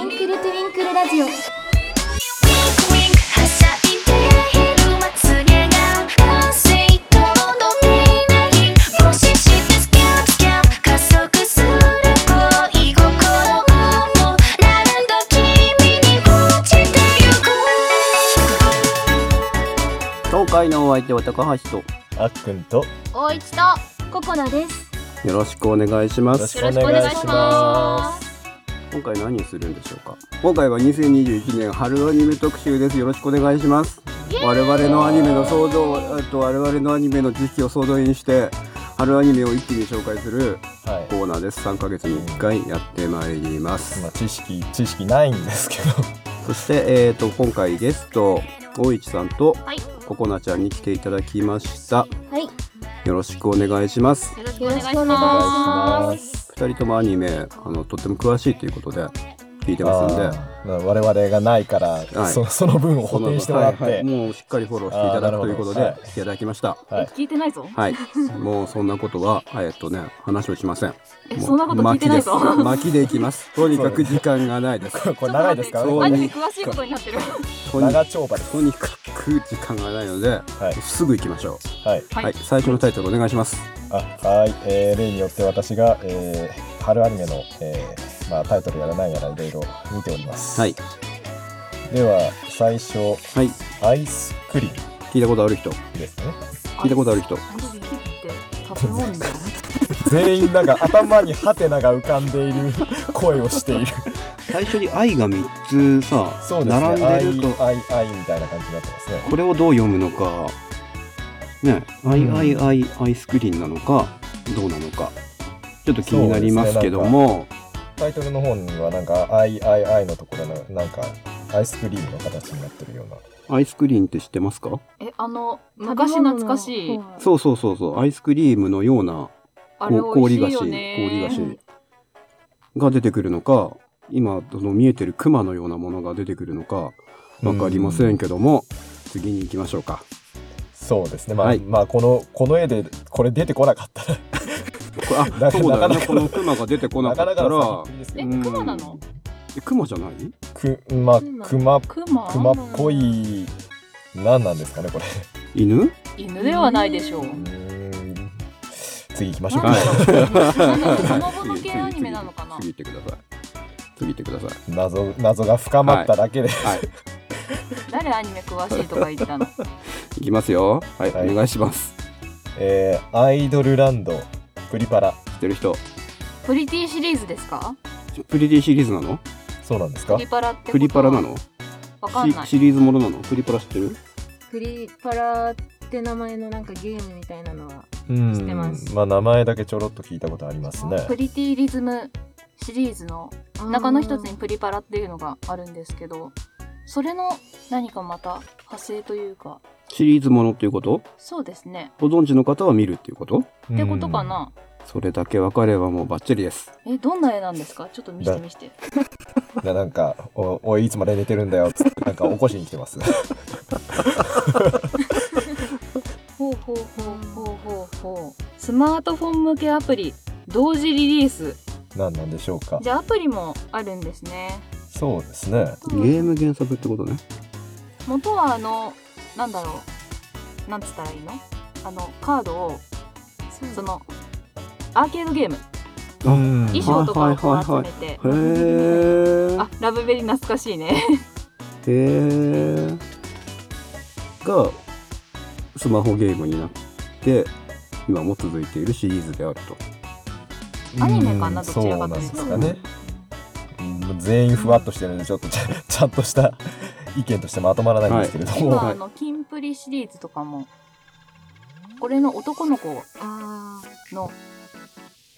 ンクルラジオはしゃいでいるまつげが完成とどめない無視してスキャンスキャン加速する恋心も何度君に落ちてゆく東海のお相手は高橋とあっくんとよ大一とココナですよろしくお願いしまろしすくお願いしま今回何をするんでしょうか今回は2021年春アニメ特集ですよろしくお願いします我々のアニメの想像えっと我々のアニメの時期を総動員して春アニメを一気に紹介するす。はい。コーナーです3ヶ月に1回やってまいりますまあ知識知識ないんですけど。そしてえっと今回ゲスト大市さんとはいよココナちゃんに来ていただきましたはいよよろしくお願いしますろしくお願いしよろしくお願まいしすま二人ともアニメあのとっても詳しいということで聞いてますんであーまあ我々がないから、いそその分を補填してもらって。はいはいもうしっかりフォローしていただあーなるくほとどいうことで、はいいただきました。はい聞いてないぞはい、もうそんなことは、えっとね、話をしません。えもうそんなこと聞いてないぞ巻きです巻きでいき ます。とにかく時間がないです。これこれ長いですからね。そうこアれニメね詳しいことになってるとに長丁場です。とにかく時間がないので、はいすぐ行きましょはい。う。はいはい、最初のタイトルお願いします。あはい、えー例によって私が、えー春アニメの、えーまあ、タイトルやらないやらいろいろ見ております。はい、では最初はい、アイスクリー聞いたことある人、ムですね。聞いたことある人。アイス切って食べ物だよ全員なんか頭にハテナが浮かんでいる声をしている。最初に愛が三つさそうですね。アイアイアイみたいな感じになってますね。これをどう読むのか、ね、アイうんアイアイアイスクリーンなのか、どうなのか、ちょっと気になりますけども、タイトルの方にはなんかアイアイアイのところのなんかアイスクリームの形になってるような。アイスクリーンって知ってますかえあの昔懐かしいそうそうそうそう、アイスクリームのようなあれこう美味氷し菓いよ子、氷ね菓子が出てくるのか、今、その見えてるクマのようなものが出てくるのか、わかりませんけども、次に行きましょうか。そうですね。まあ、はいまあこのこの絵でこれ出てこなかったらこれあ、なそうだよなかなね、かこのクマが出てこなかったなからなか、びっくりですえけうどんクマなのえクマじゃないくまあクマクマクマっぽい何なんですかねこれ。犬犬ではないでしょううーん次行きましょうか。なんだろうはスいマホ向けアニメなのかな次次次次行ってください。次行ってください。謎謎が深まっただけで、はい、誰アニメ詳しいとか言 ったの行きますよ。はい、はいお願いします。えーアイドルランドプリパラ知ってる人。プリティシリーズですかプリティシリーズなの？そうなんですかプリパラってことはプリパラなの？わかんないシシリーズものなの？プリパラ知ってる？フリーパラって名前のなんかゲームみたいなのはうん知ってますまあ名前だけちょろっと聞いたことありますねプリティリズムシリーズの中の一つにプリパラっていうのがあるんですけどそれの何かまた派生というかシリーズものっていうこと？そうですねご存知の方は見るっていうこと？っってことかなそれだけ分かればもうバッチリです。えどんな絵なんですかちょっと見して見してななんかお「おいいつまで寝てるんだよ」つってなんか起こしに来 てますほうほうほうほうほうほうスマートフォン向けアプリ同時リリース何なんでしょうかじゃあアプリもあるんですねそうですねゲーム原作ってことね。元はあのなんだろうなんつったらいいのあのカードをそのアーケードゲームうん衣装とかをこう集めて、へえ。あラブベリー懐かしいねへえ。がスマホゲームになって今も続いているシリーズであると。アニメかなうんどちらかというとそうなんですかねうん全員ふわっとしてるんでちょっとちゃちゃんとした意見としてまとまらないんですけれども、今あのキンプリシリーズとかもこれの男の子あーの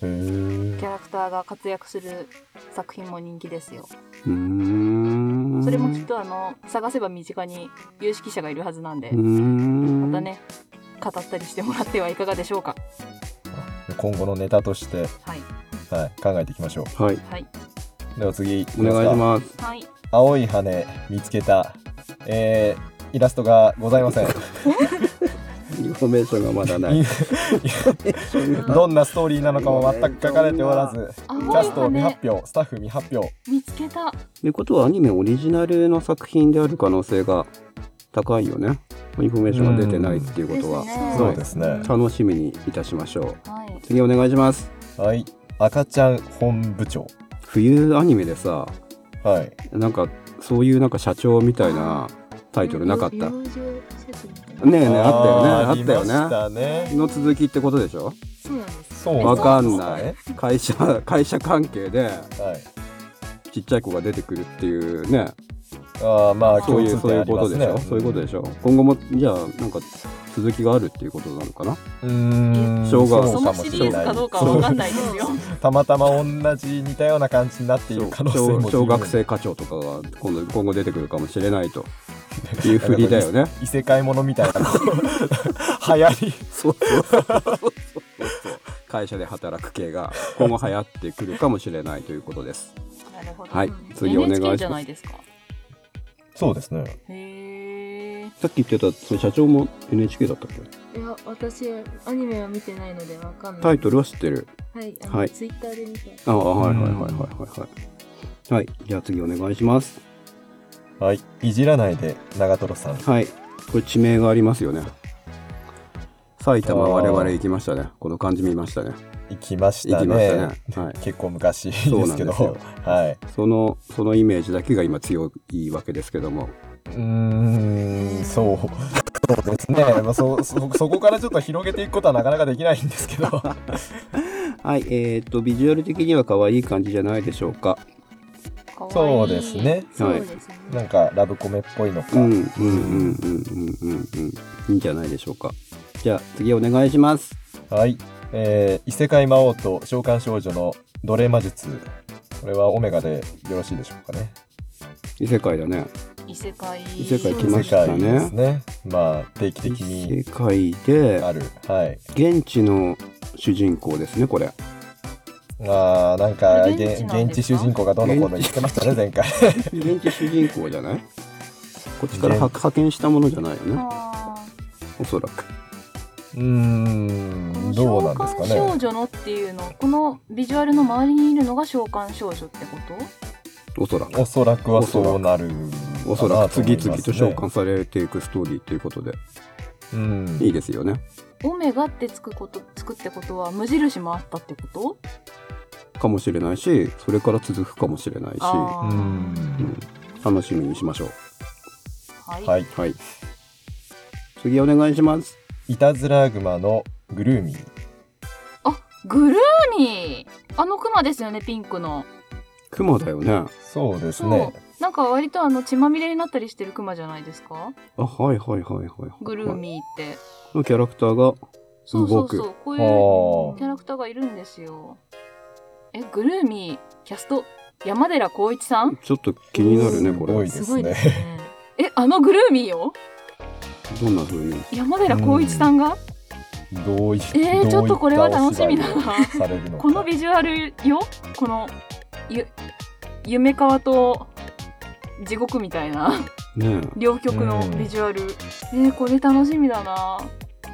へーキャラクターが活躍する作品も人気ですようーん。それもきっとあの探せば身近に有識者がいるはずなんでうーん。またね語ったりしてもらってはいかがでしょうか今後のネタとして、はいはい、考えていきましょはい。はい、うでは次いきおますか願いします。はい、青い羽見つけた、えーイラストがございませんインフォメーションがまだない。 どんなストーリーなのかも全く書かれておらずキあャスト未発表スタッフ未発表見つけたということはアニメオリジナルの作品である可能性が高いよね。インフォメーションが出てないっていうことは、うんですねそうですね楽しみにいたしましょう。はい次お願いします。はい赤ちゃん本部長冬アニメでさ、はいなんかそういうなんか社長みたいなタイトルなかった。ね養生設備えねえあったよねあーったよね。ありましたねの続きってことでしょそうなんです。そうわかんななんいで。会社、会社関係ですねはいちっちゃい子が出てくるっていうね。あーまあそう共いう通そうい点あうりこまとすでしねょ。そういうことでしょ。今後もじゃあなんか続きがあるっていうことなのかな。うーんしょうがそのシリーズかどうかは分かんないですよたまたま同じ似たような感じになっている可能性小小も小学生課長とかが今度今後出てくるかもしれないという振りだよね。異世界ものみたいな 流行りそうそうそうそうそう会社で働く系が今後流行ってくるかもしれないということです。なるほどはい、次お願い NHK じしゃなまいす。ですかそうですねへえさっき言ってたその社長も NHK だったっけ？いや、私、アニメは見てないのでわかんなタイい。トルは知ってる。はい、あはのいツイッターで見た。あ、はいはいはいはいはいはい。はい、じゃあ次お願いします。はいいじらないで長瀞さんはい。これ地名がありますよね。埼玉あー我々行きましたね。この漢字見ましたね。行きまし行たきましたねね。はい。結構昔ですそうなんでけどすよはいそのそのイメージだけが今強いわけですけども。うーんそうそうですね、まあ、そそそこからちょっと広げていくことはなかなかできないんですけ どはい、えー、とビジュアル的には可愛い感じじゃないでしょうか。かわいいそうですねそうですね。なんかラブコメっぽいのか、うんうんうんうんうんうんうんいいんじゃないでしょうか。じゃあ次お願いします。はい、えー異世界魔王と召喚少女の奴隷魔術これはオメガでよろしいでしょうかね異世界だね。異世界異世界来異ま世した界でねす。ねまあ定期的異世に界であるはい現地の主人公ですねこれ。あーなんか現地現なん現ですか地主人公がどうのこうの言ってましたね前 回現地主人公じゃないこっちから派派遣したものじゃないよねあーおそらくうーんどうなんですか召喚少ね女のっていうのこのビジュアルの周りにいるのが召喚少女ってことおそらくおそらくはそうなるおそらく次々と召かな思いま喚されていくストーリーということですねうんいいですよねオメガってつくことつくってことは無印もあったってことかもしれないしそれから続くかもしれないし、あうーん楽しみにしましょはい、はいうはい次お願いしますいたずら熊のグルーミーあグルーミーあのクマですよねピンクのクマだよねあそうですそう、ねなんか割とあの血まみれになったりしてるクマじゃないですかはいはいはいはいグルーミーって、のキャラクターがそうそう動そうこうあいうーキャラクターがいるんですよえグルーミーキャスト山寺宏一さんちょっと気になるねすこごれいですすごいでねすねえあのグルーミーよどんな風に山寺宏一さんが、どうえいーどういちょっとこれは楽しみだなたお芝居をされるのかこのビジュアルよこのゆ夢川と地獄みたいな ね両極のビジュアル、えーこれ楽しみだなちょ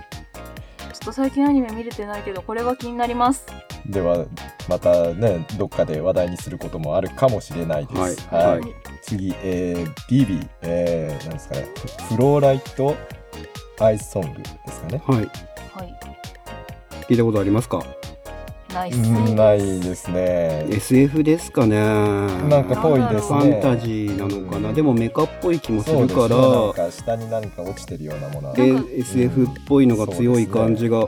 っと最近アニメ見れてないけどこれは気になりますではまたねどっかで話題にすることもあるかもしれないです。はいはい次、えー、ビビ、えー、なんですかねフローライトアイスソングですかね。えはいはい聞いたことありますかナイス、うんないですね。 SF ですかねなんかぽいですフね。ァンタジーなのかな、うんでもメカっぽい気もすそうるですかね。なんらか下に何か落ちてるようなものは。でなんか SF っぽいのが強い感じが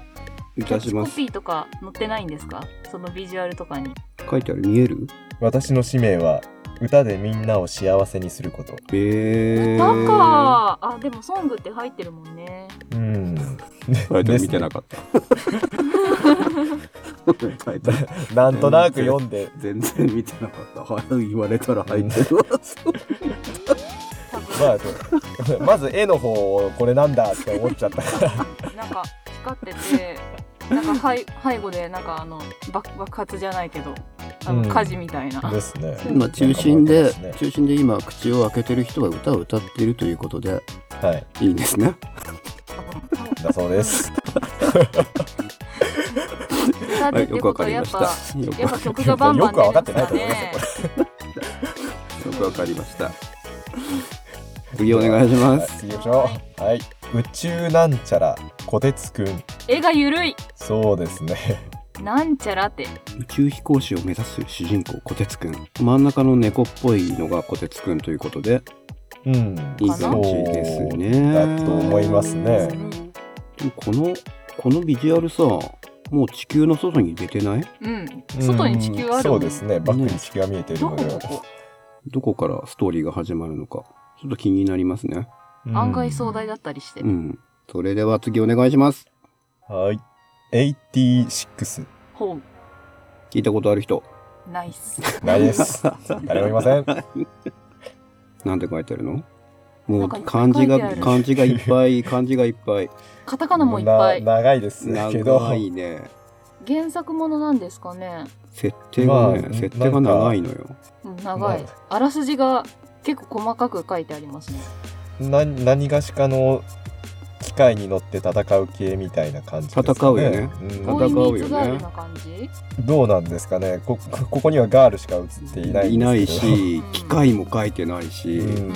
キいャたッチしコまピすーとか載ってないんですかそのビジュアルとかに書いてある見える私の使命は歌でみんなを幸せにすること。えー、歌かあでもソングって入ってるもんねうん。タイトル見てですねなか った。タイトルなんとなく読んで全然見てなかった。はい、言われたら入って るわ。多分まあ そう、まず絵の方をこれなんだって思っちゃったからなんか光ってて、なんか背背後でなんかあの爆爆発じゃないけど、あうんの火事みたいな。ですね。今中心でそうですね中心で今口を開けてる人が歌を歌っているということではい。いいんですね。だそうです。歌でってことはやっぱ、よくやっぱ曲がバンバン出るんです よくわかってないかと思いますよねこ。よくわかりました。次お願いしはいま、す。次行きましょう。はい。宇宙なんちゃら、こてつくん。絵がゆるいそうですね。なんちゃらって宇宙飛行士を目指す主人公こてつくん。真ん中の猫っぽいのがこてつくんということで、うん。いい感じですね。だと思いますね。でもこのこのビジュアルさ、もう地球の外に出てない？うんうん外に地球あるそうですね。バックに地球が見えているどのこで。ここどこからストーリーが始まるのか、ちょっと気になりますね。うん案外壮大だったりして、うん。それでは次お願いします。はい。86。ほう聞いたことある 人。ナイスな いです。誰もいません。なんて書いてあるの？もなうんかいっぱい漢字が書いてある漢字がいっぱい漢字がいっぱい。カタカナもいっぱいな長いですけど。長いね。原作ものなんですかね設定がね、まあ設定が長いのよ。うん長いまあらすじが結構細かく書いてありますねな何がしかの機械に乗って戦う系みたいな感じですね。戦うよねん戦こういうミーよねツガールな感じどうなんですかねここここにはガールしか映っていないいんなでいすけどし、機械も書いてないし、うんうん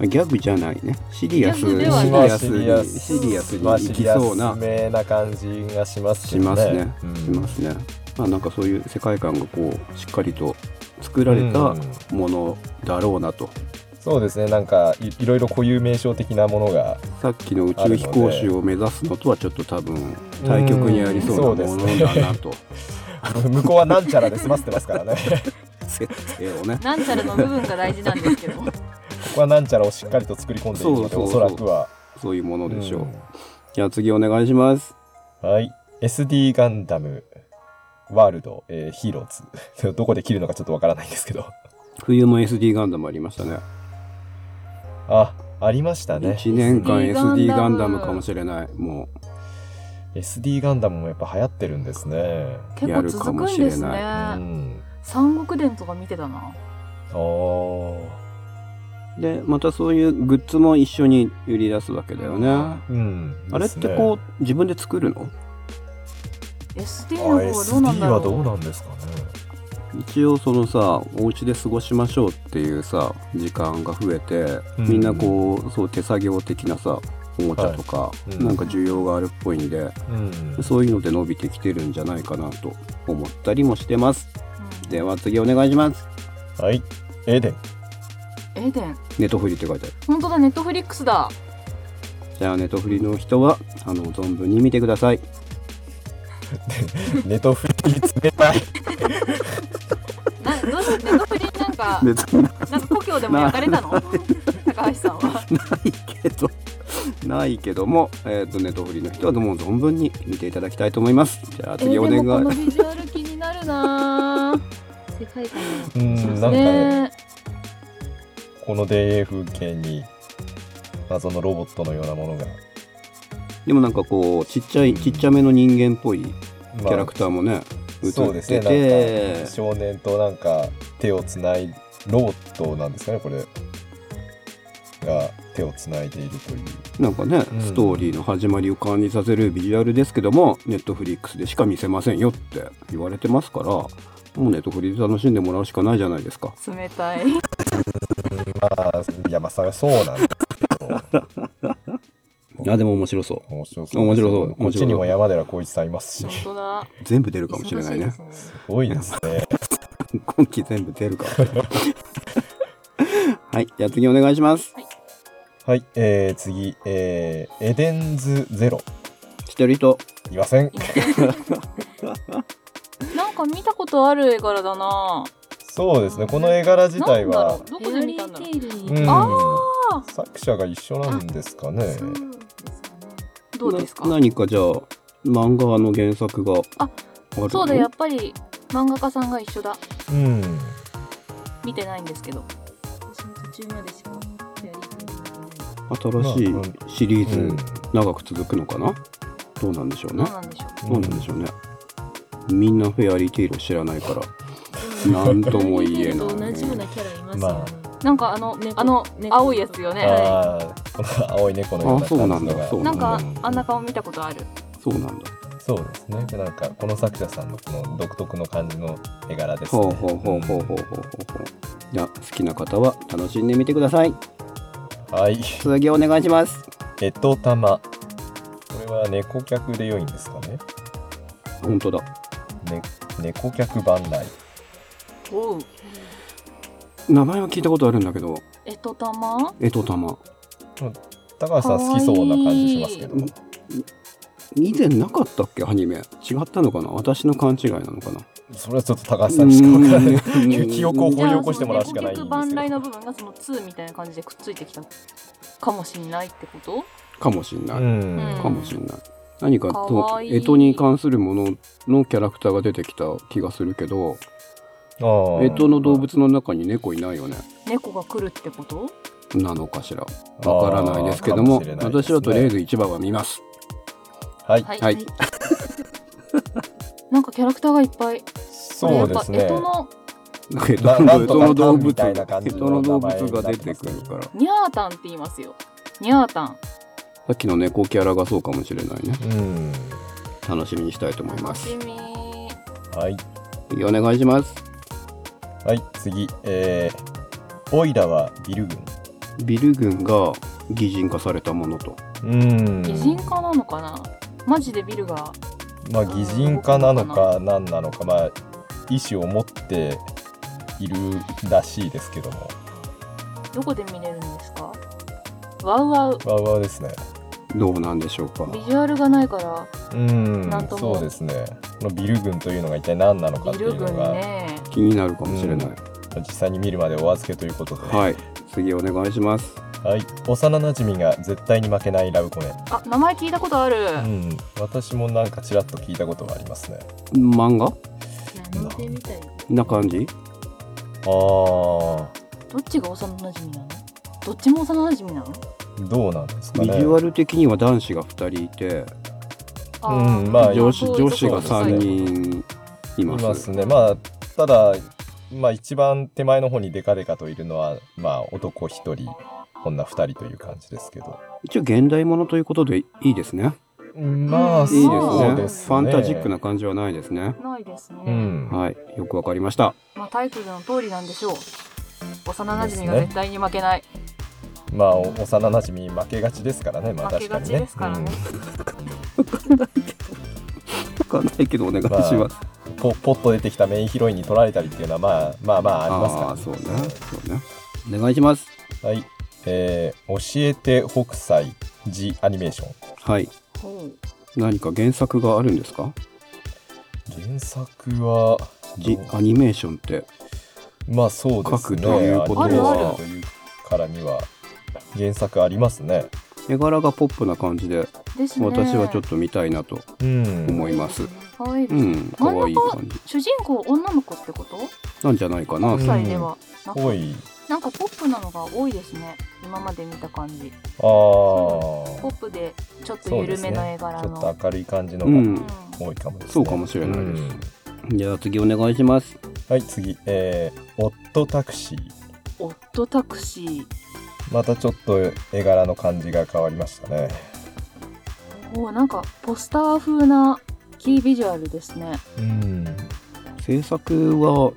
ギャグじゃないね。シリアス、シギャグリではないアスに、シリアスにまあ行きそうシリアスな、めな感じがしますけしどまねすね。うんしますね。まあなんかそういう世界観がこう、しっかりと作られたうんものだろうなと。そうですねなんかいいろいろ固有名称的なものがさっきの宇宙飛行士を目指すのとはちょっと多分、対極にありそうなものだなと。向こうはなんちゃらで済ませてますからね こ設定をね。なんちゃらの部分が大事なんですけどこはなんちゃらをしっかりと作り込んでいるのでそうそうそうおそらくはそういうものでしょう。んじゃあ次お願いします。はい。SD ガンダムワールド、えーヒーローズ。 どこで切るのかちょっとわからないんですけど。冬も SD ガンダムありましたね。あ、ありましたね。 1年間 SD ガンダム SD ガンダムかもしれない。もう SD ガンダムもやっぱ流行ってるんですね。結構続くんやでるかもしすれねうん。三国伝とか見てたなおー。でまたそういうグッズも一緒に売り出すわけだよね。うん。あれってこう自分で作るの SD の方はどううなんだ SD ろはうどうなんですかね。一応そのさお家で過ごしましょうっていうさ時間が増えてうんみんなこうそう手作業的なさおもちゃとか、いうんなんか需要があるっぽいんで、うん。そういうので伸びてきてるんじゃないかなと思ったりもしてますうんでは次お願いしますはい。エデン。エデンネトフリって書いてある本当だネットフリックスだじゃあネトフリの人はあの存分に見てくださいネトフリ冷たい。などうし ネットフリなんか別にななんか故郷でも焼かれたの高橋さんは。いけどないけども、えー、とネトフリの人はもう存分に見ていただきたいと思いますじゃあえー次おで願もこのいビジュアル気になる なぁ。世界観がうん、なんかね。ねこの田園風景に謎のロボットのようなものが、でもなんかこうちっちゃいちっちゃめの人間っぽいまあキャラクターもね、映そうっですてねて、なんか少年となんか手をつないロボットなんですかねこれが手をつないでいるというなんかね、うんストーリーの始まりを感じさせるビジュアルですけどもネットフリックスでしか見せませんよって言われてますからもうネットフリで楽しんでもらうしかないじゃないですか冷たい。まあ山さがそうなんですけどいやでも面白そう面白そう面白そうこっちにも山寺宏一さんいますし本す当だ。全部出るかもしれないね忙しですねごいですね今期全部 出るかもしれないはいじゃあ次お願いしますはい、えー、次、えー、エデンズゼロ知ってる人いません なんか見たことある絵柄だなそうですねこの絵柄自体なんだろはうどこで見たんだろヘアリーテイルにうんあ作者が一緒なんですかねそうですよねうどうですかな何かじゃあ漫画の原作がああるのそうだ、やっぱり漫画家さんが一緒だ。うん見てないんですけど。私も途中までしかヘアリーテイルに行ってない新しいまあうんシリーズ、うん長く続くのかなどうなんでしょうね何なんでしょどうなんでしょうねみんなフェアリーテイルを知らないからなんとも言ヘえないアリーテイルと同じようなキャラいますよね、まう。なんかあの、猫あの猫青いやつよね。あーこの青い 猫のようなあそう感なじんのだがそうなんかあんな顔見たことあるそうなんだそうですねなんかこの作者さんのこの独特の感じの絵柄ですねほうほうほうほうほうほうほうほうじゃあ好きな方は楽しんでみてくださいはい続きお願いしますえとたまこれは猫客で良いんですかね本当だね猫客番内おう名前は聞いたことあるんだけどえとたまえとたま高橋さん好きそうな感じしますけどかわいい以前なかったっけアニメ違ったのかな私の勘違いなのかなそれはちょっと高橋さんにしかわからないうん記憶を掘り起こしてもらうしかないん結ですけ局ど万来の部分がその2みたいな感じでくっついてきたかもしんないってことかもしんない、うんかもしんない何かかそのわいい干支に関するもののキャラクターが出てきた気がするけどああ干支の動物の中に猫いないよね猫が来るってことなのかしらわからないですけどもあーかしれないですね私はとりあえず一番は見ますはいはい、はいなんかキャラクターがいっぱいそうですやっねぱ干支の干支ななんとの動かタンみ物たいがな干感支じのの動名物前にながってますね出てくるからさニャータンって言いますよニャータンっきの猫キャラがそうかもしれないねうん楽しみにしたいと思いま楽すしみはい次お願いしますはい次えー、オイラはビル軍ビル群が擬人化されたものとうん擬人化なのかなマジでビルがまあ擬人化なのか何なのかまあ意思を持っているらしいですけどもどこで見れるんですかワウワウわうわうですねどうなんでしょうかビジュアルがないからうんなんともそうですねこのビル群というのが一体何なのかっビていルうの群が、ね気になるかもしれない、実際に見るまでお預けということで、はい次お願いしますはい幼なじみが絶対に負けないラブコメ、あ名前聞いたことある、うん、私もなんかちらっと聞いたことがありますね漫画何でみたいな感じあーどっちが幼馴染みなのどっちも幼馴染みなのどうなんですかビジねュアル的には男子が2人いてーうんまあ女子女子がそうです3ね人いいますますねまあただまあ一番手前の方にデカデカといるのはまあ男1人女2人という感じですけど一応現代ものということでいいですねまあうんいいですねそうですねファンタジックな感じはないですねないですね、うんはいよくわかりましたまあタイトルの通りなんでしょう幼馴染みが絶対に負けない、まあお幼なじみ負けがちですからねまあ負け確かがにちねですからね、わかんないけどお願いします、まあうんポポッと出てきたメインヒロインに取られたりっていうのはまあまあまあありますからあーそうねそうねお願いしますはい、えー、教えて北斎ジアニメーショはいほう何か原作があるんですかン原作はじアニメーションってまあそうです書くねということはアニメーションというからには原作ありますね絵柄がポップな感じでですね私はちょっと見たいなとうん思いますと可愛いでうす、ん可愛い感じ主人公女の子ってことなんじゃないかなうん国際ではなく、多いなんかポップなのが多いですね今まで見た感じああちポょップでちょっと緩めの絵柄っのと明るい感じのうがん多いかもですねそうかもしれないですうんじゃあ次お願いしますはい次えー、オットタクシーオットタクシーまたちょっと絵柄の感じが変わりましたねおーなんかポスター風なキービジュアルですねうん制作は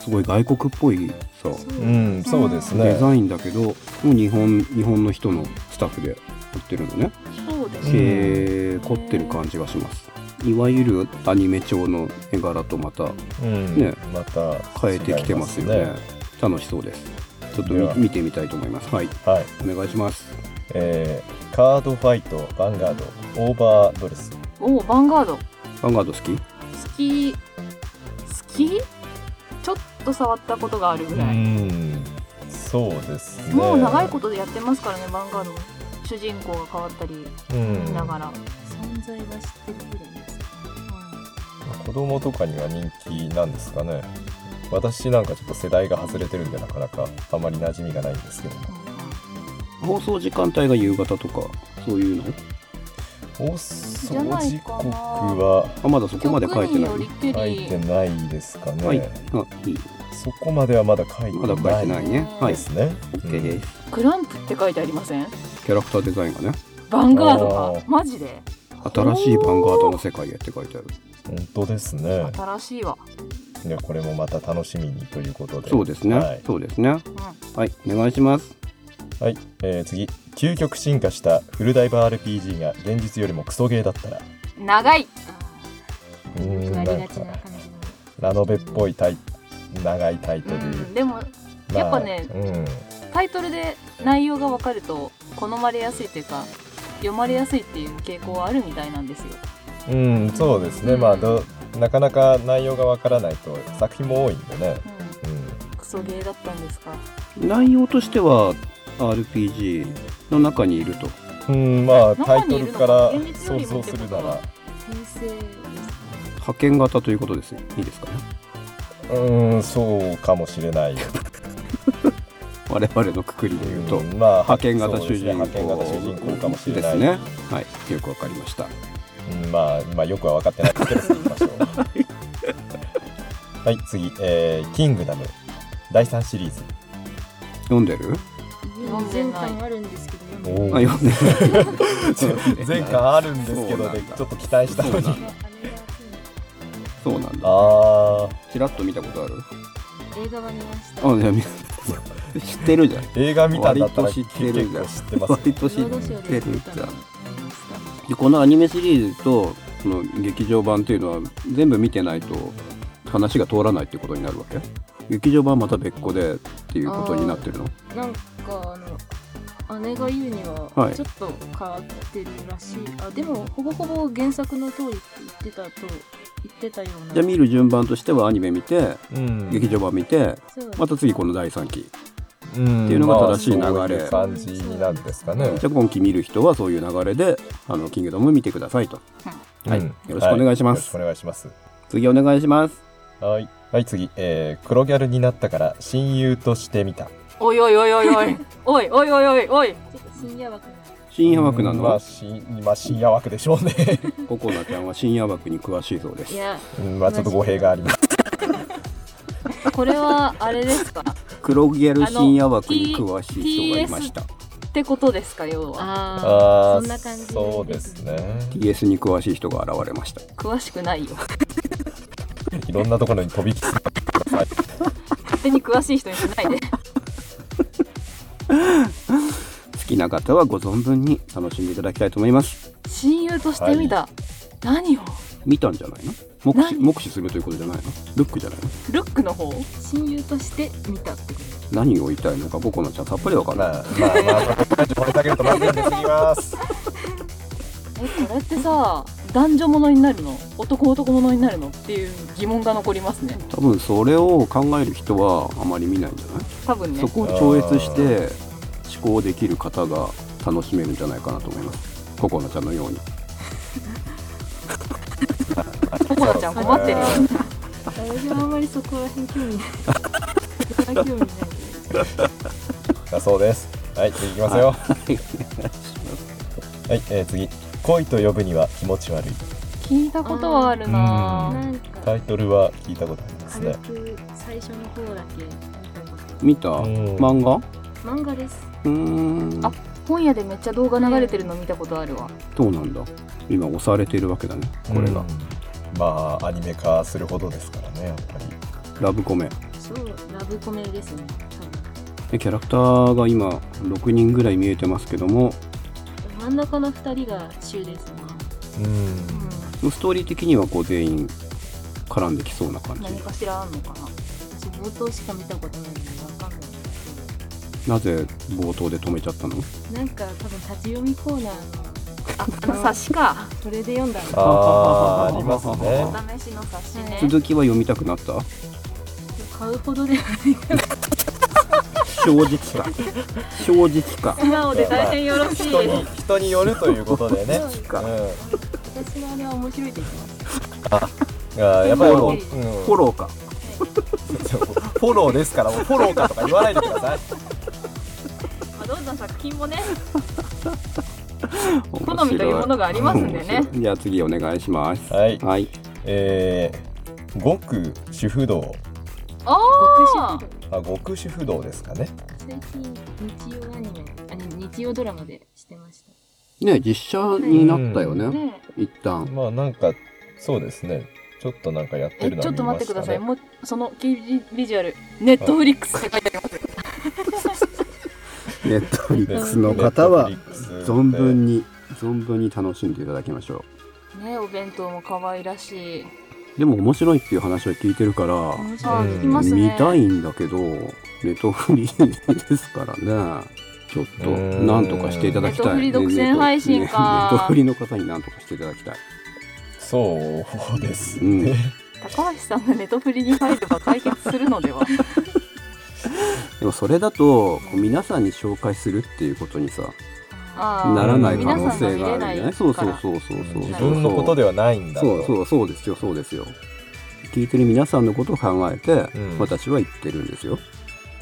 すごい外国っぽいさうんそうですねデザインだけどもう日本日本の人のスタッフでやってるのねそうですね、へえ凝ってる感じがしますいわゆるアニメ調の絵柄とまたうん、ねまた変えてきてますよね違いま楽しそうですちょっとで見は見てみたいと思いますはいすねはい、お願いしますえーカードファイト、ヴァンガード、オーバードレス。おおヴァンガード好ヴァンガード好きき好きちょっと触ったことがあるぐらい、ん、そうですね。もう長いことでやってますからねヴァンガードも主人公が変わったりうんしながら、存在は知ってるぐらいです子供とかには人気なんですかね。私なんかちょっと世代が外れてるんでなかなかあまり馴染みがないんですけどもうんうんうん放送時間帯が夕方とかそういうの放送じゃない時かな刻はあまだそこまで書いてない曲により書けいりてないですかね、はいあいいそこまではまだ書いてまだ書いてなないいねはでいすね、 OK うんですクランプって書いてありませんキャラクターデザインがねヴァンガードあがーマジで新しいヴァンガードの世界へって書いてある本当ですね新しいわいやこれもまた楽しみにということでそうですね、はいそうですねうんはいお願いしますはい、えー次究極進化したフルダイバー RPG が現実よりもクソゲーだったら長いうあーーんななりがちなんか感じのラノベっぽいタイ長いタイうトル、んでもまあやっぱねうんタイトルで内容が分かると好まれやすいというか読まれやすいっていう傾向はあるみたいなんですようん、そうですね、まあどなかなか内容がわからないと作品も多いんでね、ううんクソゲーだったんですか内容としては RPG の中にいるとんうん、まあタ中イにトいるルのかから現実よ想りも像ってすことるなら編成です派遣型ということですねいいですかねうんそうかもしれないと我々のくくりで言うと、うんまあ派遣型そう主ですね人派遣型主人公かもしれでなすいねはいよくわかりましたうんまあ、まあよくは分かってないですけど 次行きましょうはい次、えーキングダム」第3シリーズ読んでる読んでない前回あるんですけど読んでおないーあ読んでる 前回あるんですけそうどなんねだちょっと期待したのあれがそうにそうなんだあちらっと見たことある映画は見ましたあじゃあみ 知ってるじゃんー映画見たんだったら割と知ってるんだ結構知ってます割と知っロードショーてでる見じたゃのん見ましたでこのアニメシリーズとその劇場版っていうのは全部見てないと話が通らないってことになるわけ劇場版また別個でっていうことになってるのなんかあの姉が言うにははいちょっと変わってるらしい、あでもほぼほぼ原作の通りって言ってたと言ってたようなじゃあ見る順番としてはアニメ見てうん劇場版見てそうまた次この第3期うんっていうのが正しい流れまあそういう感じになんですかねじゃあ今期見る人はそういう流れで「あのキングダム」見てくださいとはいうんよろしくお願いしますよろしくお願いします次お願いしますはいはい次、えー黒ギャルになったから親友としてみたおいおいおいおいおい おいおいおいおいおいちょっと深夜枠な深夜枠なのまあはしまあ深夜枠でしょうねココナちゃんは深夜枠に詳しいそうでいすやうんまあちょっと語弊がありますこれはあれですかっ黒ギャル深夜枠に詳しい人がいましたてことですか要はああーそんな感じでそうですね TS に詳しい人が現れました詳しくないよいろんなところに飛びき勝手に詳しい人にしないで好きな方はご存分に楽しんでいただきたいと思います 親友としてみた、何を見たんじゃないの目視何目視するということじゃないのルックじゃないのルックの方ー親友として見たってこ何を言いたいのかココナちゃんさっぱりわかんないまあまあまあ、まあ、掘り下げるとまずいんですぎます。えこれってさ男女ものになるの男男ものになるのっていう疑問が残りますね多分それを考える人はあまり見ないんじゃない多分ねそこを超越して思考できる方が楽しめるんじゃないかなと思いますココナちゃんのようにココナちゃん困ってるよと私はあんまりそこら辺興味ないそこは興味ないだそうです。はい、次いきますよ。はい、えー、次。恋と呼ぶには気持ち悪い。聞いたことはあるなうんぁなんかタイトルは聞いたことあります軽ね。く最初の方だけ見たこ見たうん漫画と漫画ですうーんあ本屋でめっちゃ動画流れてるの見たことあるわそうなんだ今押されてるわけだねこれが、うんまあ、アニメ化するほどですからね、やっぱり。ラブコメそうラブコメですねでキャラクターが今6人ぐらい見えてますけども多分真ん中の2人が衆ですねうん。ストーリー的にはこう全員絡んできそうな感じ何かしらあんのかな私冒頭しか見たことないので分かんないんですけどなぜ冒頭で止めちゃったのなんか多分立ち読みコーナーのああの冊子かそれで読んだのあ ーありますね。お試しの冊子ね続きは読みたくなった買うほどではないかな正直か 正直か素直で大変よろしい人に、人によるということ でね。うん。私のあれは面白いと言ってましたあーやっぱり、フォロうん、フォローかフォローですから、もうフォローかとか言わないでください。まあどんな作品もね好みというものがありますんでね面白いじゃあ次お願いしますはいはいえー、極主婦道あ極主婦あ極主婦道ですかね最近日曜アニメあの日曜ドラマでしてましたね実写になったよね、あねえ一旦まあなんかそうですねちょっとなんかやってえるのちょはっ見と待まってしくたださいねもうそのキービジュアルネットフリックスって書いてありますネットフリックスでの方は Netflix 存分に存分に楽しんでいただきましょねえお弁当も可愛らしいうでも面白いっていう話は聞いてるから、面あ白い聞きますね見たいんだけどネットフリですからねちょっとうーんなんとかしていただきたいネットフリ独占配信かネットフリの方になんとかしていただきたいそうですうんね、高橋さんがネットフリに入れば解決するのではでもそれだとこう皆さんに紹介するっていうことにさあーならない可能性があるんじ皆さんがゃ見れなないいそうかそうらそうそうそう自分のことではないんだとそうそうそうですよそうですよ聞いてる皆さんのことを考えて、うん私は言ってるんですよ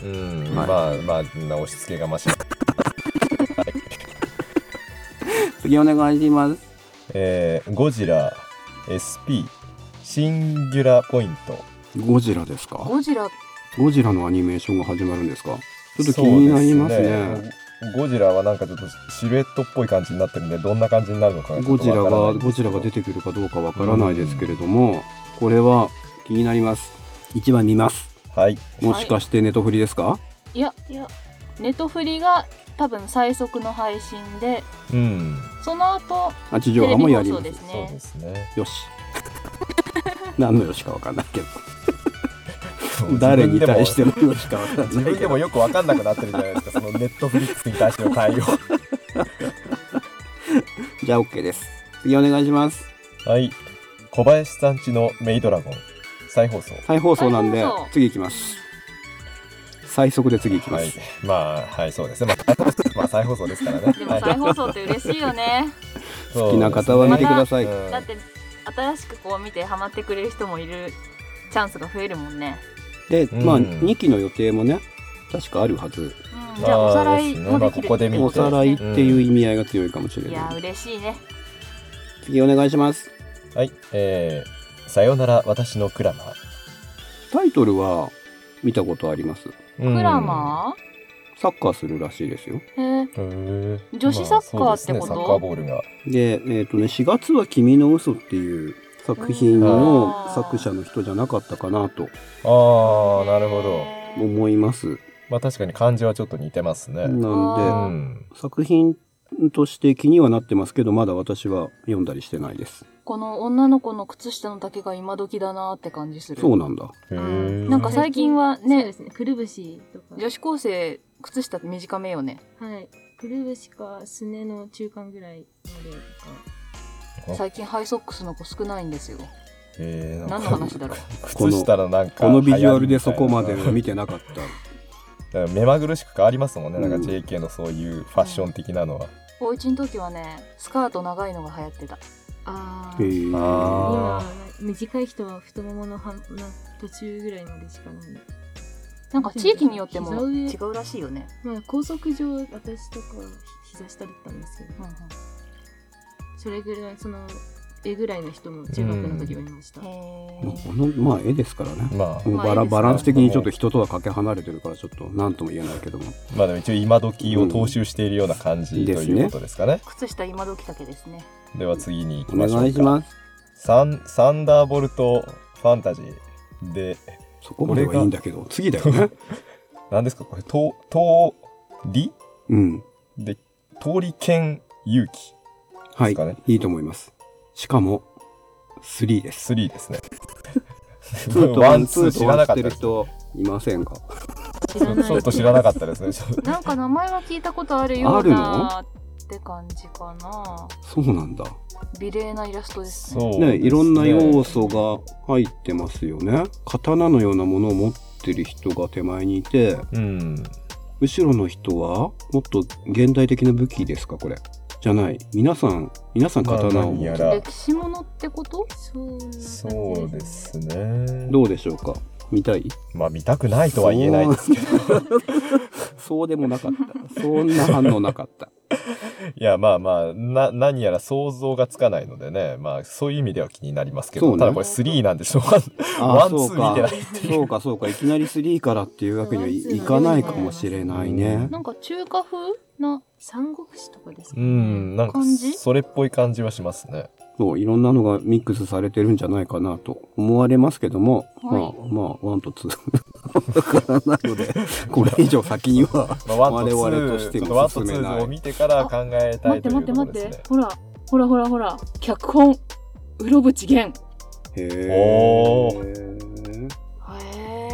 うん、はいまあまあな押し付けがましい、次お願いしますえー、ゴジラ SP シンギュラポイントゴジラですかゴジラゴジラのアニメーションが始まるんですかちょっと気になりますそうねですねゴジラはなんかちょっとシルエットっぽい感じになってるんでどんな感じになるのかがちょゴっとジラわからながいんゴですジけラどが出てくるかどうかわからないですけれども、これは気になります一番見ますはいもしかしてネトフリですか、いやいやネットフリが多分最速の配信でうんその後あ地テレ上波ビもや放りま送すですそうねですねよし何のよしかわかんないけどそう誰に対してのよしかわかんないけど自分でもよくわかんなくなってるじゃないですかそのネットフリックスに対しての 対応じゃあ OK です次お願いしますはい小林さんちのメイドラゴン再放送再放送なんで再放送次行きます最速で次行きまはいす、まあはいそうですね、まあ、再放送まあ再放送ですからねではもい再放送って嬉しいよね好きな方は見てください、うんだって新しくこう見てハマってくれる人もいるチャンスが増えるもんね、でうんまあ2期の予定もね確かあるはずうん、じゃあおさらいあーですねもまであきこる、こで見ておさらいっていう意味合いが強いかもしれいやない、嬉しいね次お願いしますはいえーさよなら私のクラマータイトルは見たことありますククラマサッカーするらしいですよー、へえへー女子サッカーってことまあそうですねサッカーボールがでえっ、とね4月は「君の嘘っていう作う品のん作者の人じゃなかったかなとああなるほどへ思いますまあ確かに漢字はちょっと似てますねうんうなんあうんで作品として気にはなってますけどまだ私は読んだりしてないですーこの女の子の靴下の丈が今時だなって感じするそうなんだへうーなんか最近はそうでねすねくるぶしとか女子高生靴下短めよねはいくるぶしかすねの中間ぐらいまでとかあ最近ハイソックスの子少ないんですよえーなん何かの話だ ろう靴下のなんかこのビジュアルでそこまで流行りみ見てなかったたいな目まぐるしく変わりますもんねなんかうん JK のそういうファッション的なのは高一の時はねスカート長いのが流行ってたあへーーあ今短い人は太ももの半な途中ぐらいまでしかないなんか地域によっても違膝うらしいよね、まあ高速上私とか膝下だったんですけどうんうんそれぐらいその絵ぐらいの人も中学の時はいました、へまあーこのまあ絵ですからねまあもうまバあラ絵ですバランス的にちょっと人とはかけ離れてるからちょっと何とも言えないけどもまあでも一応今時を踏襲しているような感じ、うんということですかね靴下今時丈ですねでは次に行きおましょうか願いしますサンサンダーボルトファンタジーでそこまではいいんだけど次だよ ね何ですかこれととりうんで通り剣勇気はですいかねいいと思いますしかも3です3ですね2と ワン1ツーと知ら1なかしってたるですちょ人いませんか知らないっと知らなかったですねなんか名前は聞いたことあるよあうるなのって感じかなそうなんだ美麗なイラストですねそうねいろんな素要素が入ってますよね刀のようなものを持ってる人が手前にいてうん後ろの人はもっと現代的な武器ですかこれじゃない皆さん皆さん刀を何持やつら歴史ものってことそそううですねどうでしょうか見たいまあ見たくないとは言えないですけど そうでもなかったそんな反応なかった いや、まあまあ、な、何やら想像がつかないのでね、まあ、そういう意味では気になりますけど、そうねただこれ3なんでしょう が、あワあン、ツそうー見かてないっていう。そうかそうかいきなり3からっていうわけにはいいかないかもしれないねなんか中華風な三国志とかですかうねん、なんか感じ、それっぽい感じはしますね。そういろんなのがミックスされてるんじゃないかなと思われますけども、はまあまあ1と2わからないので これ以上先にはまあ、ワンとツ我々としー、てちょもっとワンと進ツめないーを見てから考えた待いってとい待っうてこと待っでてすね。ほらほらほらほら脚本うろぶちげんへえおへ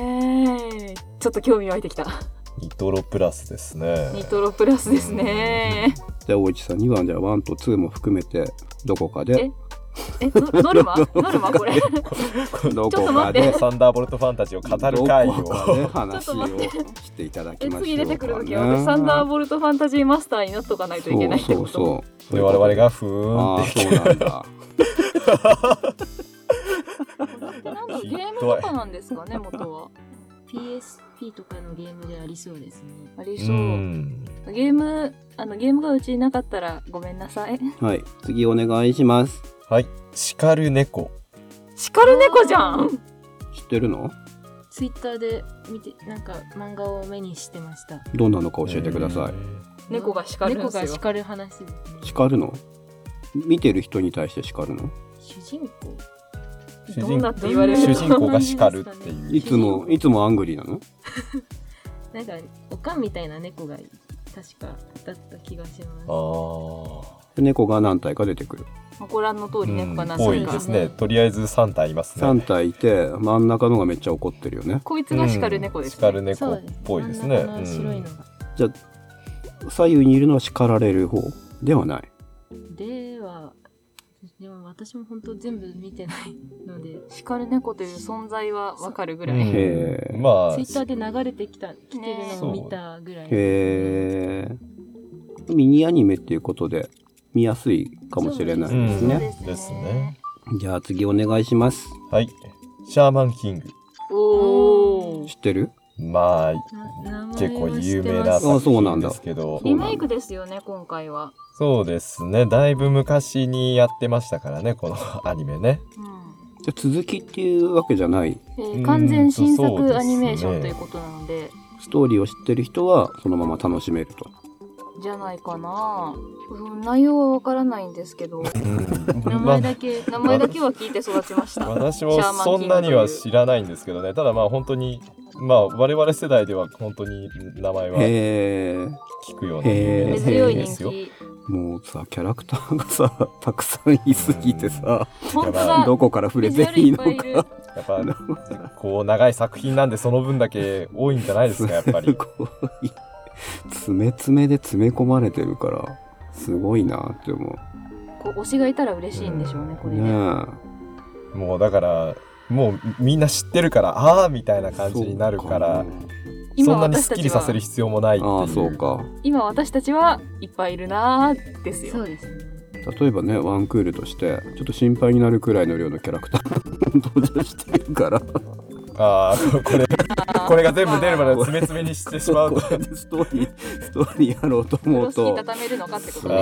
えちょっと興味湧いてきたニトロプラスですね。ニトロプラスですねじゃあ大市さんにはじゃあ1と2も含めてどこかでえのノルマノルマこれちどちょっことか待っでサンダーボルトファンタジーを語る会どこを。かで話ちょっをと待ってしていただきえましょうか、ね、次出てくるときは私サンダーボルトファンタジーマスターになっとかないといけないってことそうそうそうで、我々がふーあんっあてそうなんだなんだゲームとかなんですかね元は PSP とかのゲームでありそうですねありうそう、ん。ゲームあのゲームがうちになかったらごめんなさいはい次お願いしますはい。叱る猫。叱る猫じゃん知ってるのツイッターで見てなんか漫画を目にしてましたどんなのか教えてください、猫が叱るんですよ猫が叱る話ですね叱るの見てる人に対して叱るの主人公主どん人なって言われる主人公が叱るってい ういつもいつもアングリーなのなんかおかんみたいな猫が確かだった気がしますああ。猫が何体か出てくるご覧の通り猫がなさ多いいか、ですね。とりあえず3体います3ね。体いて真ん中のがめっちゃ怒ってるよねこいつが叱る猫です、ね叱る猫っぽいですね。真ん中の白いのが、じゃあ左右にいるのは叱られる方ではないではでも私も本当全部見てないので叱る猫という存在はわかるぐうらい、んへーまあツイ、ッターで流れてきた来てるのを見たぐらいですねへえミニアニメっていうことで見やすいかもしれないですうんねですね。じゃあ次お願いしますはい。シャーマンキング。おお知ってるまあ、な名前は知ってます結構有名なあそう作な品んだですけど。リメイクですよね今回は、そうですね。だいぶ昔にやってましたからね、このアニメね。うじゃあ続きっていうわけじゃないんえーうん完全新そうですね作アニメーションということなのでストーリーを知ってる人はそのまま楽しめるとじゃないかな、うん、内容はわからないんですけど 名前だけ名前だけは聞いて育ちまし た私もそんなには知らないんですけどね。ただまあ本当に、まあ我々世代では本当に名前はへえ聞くような有名な根へー作強い品で人すよ。気もうさキャラクターがさ たくさんいすぎてさ本当だどこから触れていいのかビジュアルいっやっぱこう長い作品なんでその分だけ多いんじゃないで すかやっぱり。ごい詰め詰めで詰め込まれてるからすごいなって思こう推しがいたら嬉しいんでしょうねこうれで、ねもうだからもうみんな知ってるからああーみたいなえ感じになるかそらう今そんなに私すったきちりさせはる必要もないっていう。ああそうか今私たちはいっぱいいるなーですそようですね例えばねワンクールとしてちょっと心配になるくらいの量のキャラクター が登場してるからああこれ これが全部出るまで詰め詰めにしてしまうと。これでストーリーストーリーやろうと風思呂う敷と畳めるのかってこすとご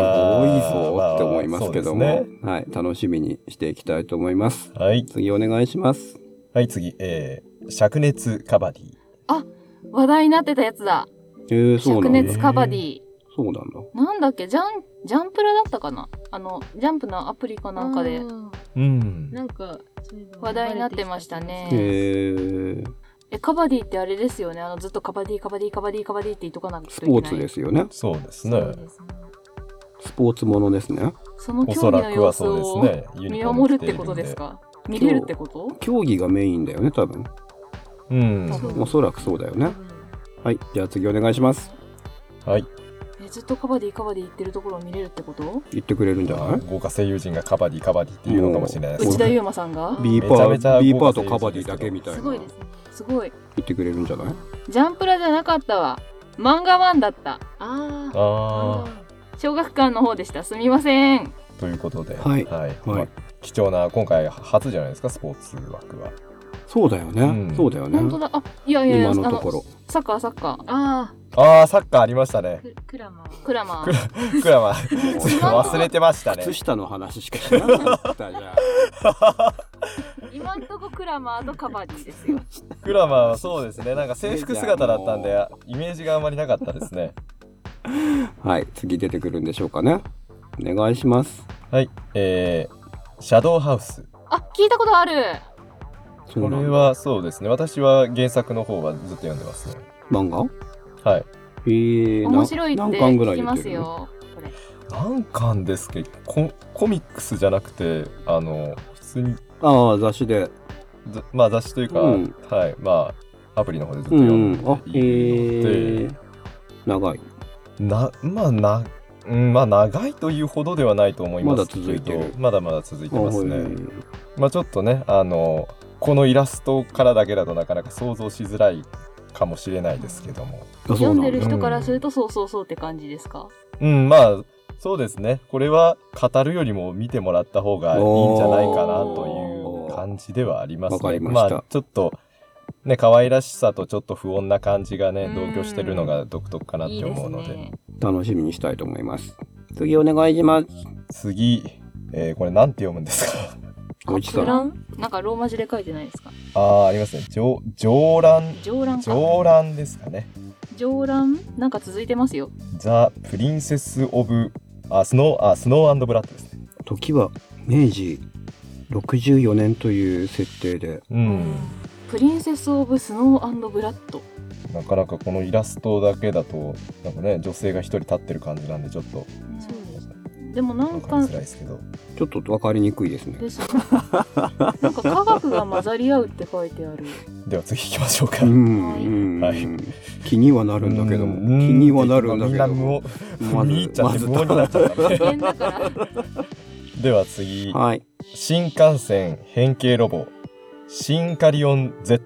いねぞって思いますけども、まあそうではい楽しみにしていきたいと思いますはい次お願いしますはい次えー灼熱カバディ。話題になってたやつだえー、そうな灼んだ熱カバディそうなんだなんだっけジャンジャンプラだったかなあのジャンプのアプリかなんかであーうん。なんかそういえば話題になってましたねへーえカバディってあれですよねあのずっとカバディカバディカバディカバディって言っとかなくスポーツでですよねそうですそね。うですねスポーツものですねそのお競そ技らのく様は子そうをですね。ユニ見フォーム守着るてっいてんことですか見れるってこと競技がメインだよね多分うん。おそらくそうだよねはいじゃあ次お願いしますはい。えずっとカバディカバディ言ってるところを見れるってこと言ってくれるんじゃない豪華声優陣がカバディカバディっていうのかもしれないです内ね田優馬さんが B パめちゃめちゃ豪ー華 B パーとカバディだけみたいすなごい言ですねすごいってくれるんじゃないジャンプラじゃなかったわ漫画ワンだったあーああ小学館の方でしたすみませんあということで、はいはいはいまあ貴重な今回初じゃないですかスポーツ枠は。そうだよね、うんそうだよね本当だ。あ、いやいやいや、今のあところサッカー、サッカー。あああ、サッカーありましたねあ。ククラマークラマクーラ。クラマ ー忘れてましたね靴。下の話しかしなかったじゃん今んとこクラマーとカバージですよ。クラマーはそうですね。なんか制服姿だったんで、イメージがあんまりなかったですね。はい次出てくるんでしょうかねお願いしますはい。えー、シャドウハウス。あ、聞いたことある。そうこなれんはそうですね。私は原作の方はずっと読んでますね。漫画はい。えー、な面白いって何巻ぐ聞らいき出てるますよ。これ何巻ですけどココミックスじゃなくて、あの、普通に、ああ雑誌でざまあ雑誌というか、うんはい。まあ、アプリの方でずっとう読んんうんでいるのあで、えー、長いなまあな、うん、まあ長いというほどではないと思いますけどまだ続いてるまだまだ続いてますあねまあちょっとねあのこのイラストからだけだとなかなか想像しづらいかもしれないですけどもあそ読うんなでんるだ人からすると、そうそうそうって感じですか。うんまあそうですねこれは語るよりも見てもらった方がいいんじゃないかなという感じではありますわかりねましたあちょっとね可愛らしさとちょっと不穏な感じがねうん同居してるのが独特かなっいいてで思すうのでね。楽しみにしたいと思います次お願いします次、えーこれなんて読むんですか ごちそ上う覧なんかローマ字で書いてないですか。ああ、ありますね。上、上覧。上覧か。上覧ですかね。上覧なんか続いてますよ。ザ・プリンセス・オブ・あ、スノー、あ、スノーブラッドですね。時は明治64年という設定でうん。プリンセス・オブ・スノーブラッド。なかなかこのイラストだけだと、なんかね、女性が一人立ってる感じなんで、ちょっと、そうです。でもなわん かりかづらいですけど。ちょっと分かりにくいですねですね。なんか科学が混ざり合うって書いてある。では次行きましょうか。う、うんうんはい気にはなるんだけどもうん気にはなるんだけどみんな無も音、見入っちゃって無音になっちゃったね。大変だ から。 では次、はい新幹線変形ロボ、シンカリオン Z。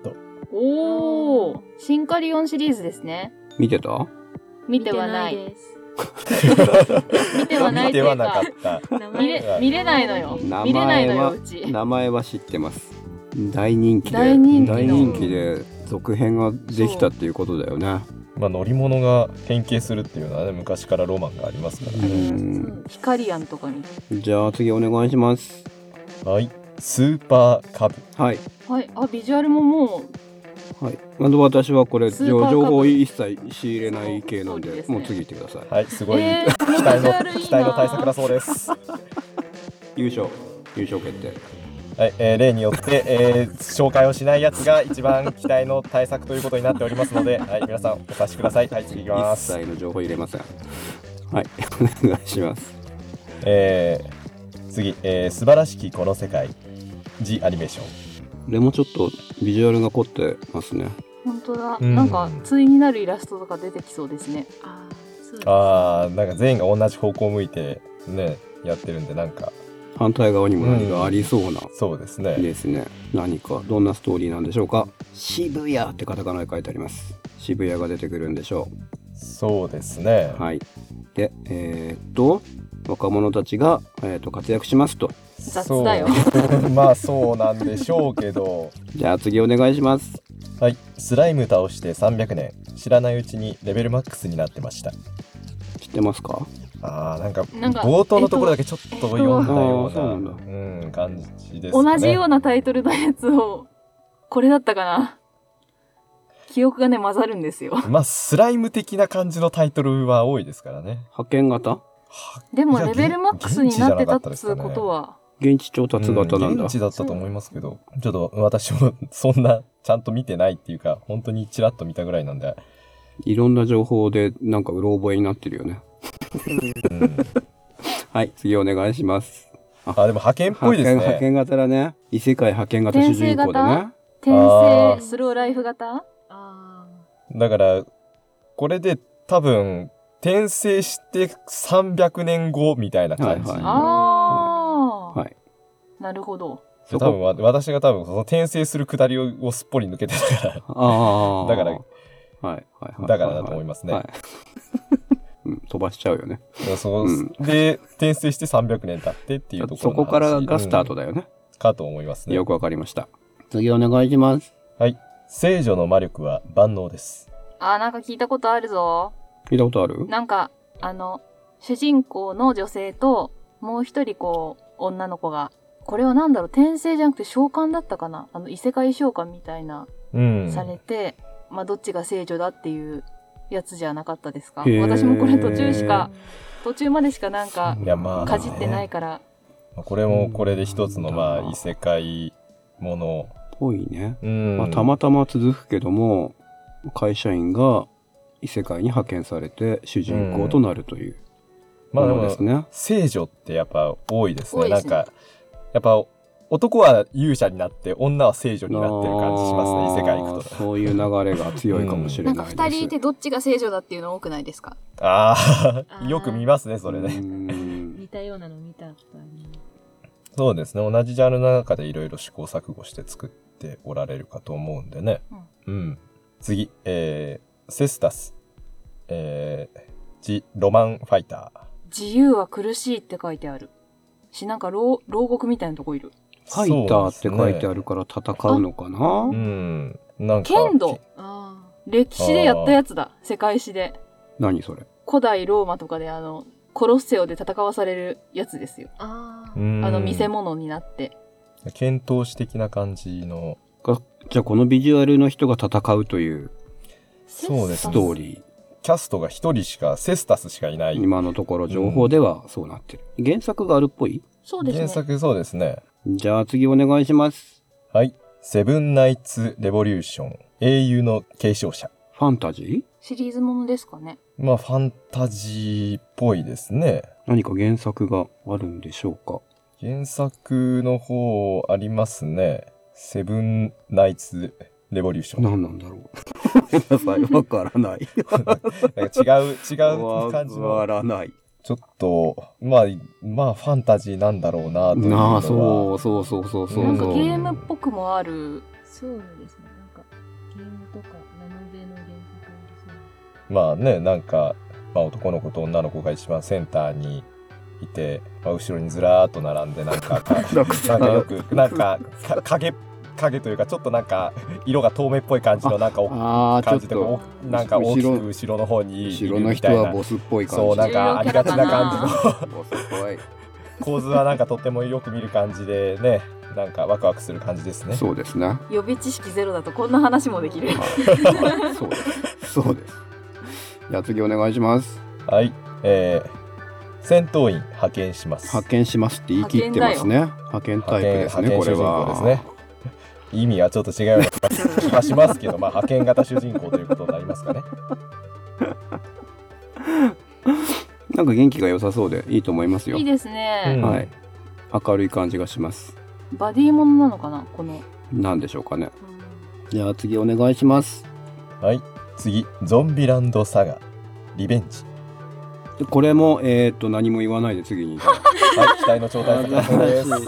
おお。シンカリオンシリーズですね。見てた見てはない。です見てはない見といてうはなかかっ。た。名見前れ見れないのよ。名前は見れないのようち。名前は知ってます大人気で大人気の人気で続編ができたっていうことだよねまあ、乗り物が変形するっていうのはね昔からロマンがありますからうね、んヒカリアンとかに。じゃあ次お願いしますはいスーパーカブはいはい。あビジュアルももうはい、まず私はこれスーパーカ情ブ情報を一切仕入れない系なんそうでですねもう次行ってください、はいすごい、えー、このビ期ジ待のュアルいい期待の対策だな。そうです。は優勝優勝決定い、えー例によって、えー紹介をしないやつが一番期待の対策ということになっておりますので、はい、皆さんお察しください。はい、次いきま一す。切の情報入れませんはいお願いしますえー次、えー素晴らしきこの世界、ジアニメーション。これもちょっとビジュアルが凝ってますね本当だ。うんなんか対になるイラストとか出てきそうですね。あーそうですあー、なんか全員が同じ方向を向いてね、やってるんで、なんか反対側にも何かありそうなそうですね。ですね、何かどんなストーリーなんでしょうか渋谷ってカタカナで書いてあります渋谷が出てくるんでしょそうですね。うはいでえーっと若者たちが、えーっと活躍しますと雑だよそう まあそうなんでしょうけどじゃあ次お願いしますはいスライム倒して300年知らないうちにレベルマックスになってました知ってますかあーなんかなんか冒頭のところだけちょっと読んだえよっうとな,、あーうそうなん感じですね同じようなタイトルのやつをこれだったかな記憶がね混ざるんですよまあスライム的な感じのタイトルは多いですからね派遣型はでもいやレベルマックスになってたっつうことは現地調達型なんうだ、現地だったと思いますけどちょっと私もそんなちゃんと見てないっていうか本当にちらっと見たぐらいなんで、いろんな情報でなんかうろ覚えになってるよねうん、はい次お願いしますあでも派遣っぽ派い遣です派ね遣型だね異世界派遣型主人公だね転あー生スローライフ型あだから、これで多分、転生して300年後みたいな感じ。はいはああ、はいなるほど多分わ私が多分その転生するくだりをすっぽり抜けてたから、ああだからはいはいはいだからだと思いますねはい うん飛ばしちゃうよねそううんで、転生して300年経ってっていうところそこからがスタートだ、だよね、うんかと思いますね。よくわかりました次お願いします。はい。聖女の魔力は万能です。あーなんか聞いたことあるぞ聞いたことあるなんかあの主人公の女性ともう一人こう女の子がこれは何だろう転生じゃなくて召喚だったかなあの異世界召喚みたいなうん。されて、まあどっちが聖女だっていうやつじゃなかったですかへー私もこれ途中しか途中までしかなんかいやまあかじってないから、まあこれもこれで一つのまあ異世界もの。ぽいね。うん。まあ、たまたま続くけども、会社員が異世界に派遣されて主人公となるというまあもでのですも、ね。聖女ってやっぱ多いですね。多いなでんすねか、やっぱ男は勇者になって、女は聖女になってる感じしますね、異世界行くあーそういう流れが強いかもしれなんなかいです。 2人いてどっちが聖女だっていうの多くないですかと。あああ、ーよく見ますね、それうね。ん似たようなの見たことあるねそうですね、同じジャンルの中でいろいろ試行錯誤して作っておられるかと思うんでね。うん。次、えー、セスタス。えー、ジ・ロマン・ファイター。自由は苦しいって書いてあるしなんか牢牢獄みたいなとこいるファイターって書いてある。るから戦うのかなうん。なんか。剣道ああ歴史でやったやつだ世界史で何それ古代ローマとかであのコロッセオで戦わされるやつですよあうあんあの見せ物になって、剣闘士的な感じの。がじゃあこのビジュアルの人が戦うというそうですスねトーリキャストが一人しか、セスタスしかいなーい。今のところ情報ではそうなってる、原作があるっぽいそうです原ね作そうですね。じゃあ次お願いしますはい。セブンナイツ・レボリューション。英雄の継承者。ファンタジーシリーズものですかねまあ、ファンタジーっぽいですね。何か原作があるんでしょうか原作の方ありますね。セブンナイツ・レボリュ ーション。何なんだろうごめんなさい わからないなんか違う、違うわ感じかの。らないちょっと、まあ、まあ、ファンタジーなんだろうな、というなのは。あそうそうそうそうそうなんかそゲうームっぽくもあるそうですねなんかゲームとかラノベの原作ありそうまあね、なんか、まあ、男の子と女の子が一番センターにいて、まあ、後ろにずらーっと並んで、な んか、なんかなんかよさく、なんか、か影、影というか、ちょっとなんか、色が透明っぽい感じの、なんか、おあー感ちょじっで、おとなんか大き後くろ後ろの方にい後るろのみ人たいはなボ。スっぽい感じそう、なんか、ありがち な感じの。ボスっぽい構図はなんかとってもよく見る感じでねなんかワクワクする感じですね。そうですね。予備知識ゼロだとこんな話もできるはいそうです。そうです。じゃあ次お願いします。はい、えー、戦闘員派遣します。派遣しますって言い切ってますね。派遣タイプですね、こ派れ遣派遣主人公は。ですね。意味はちょっと違うような気がします けど、まあ派遣型主人公ということになりますかね。なんか元気が良さそうでいいと思いますよいい。ですね、うんはい。明るい感じがします。バディものなのかなこのなんでしょうかね。じゃあ次お願いします。はい、次ゾンビランドサガリベンジ。でこれも、えーっと、何も言わないで次 に。はい、期待の超大作だそうです。は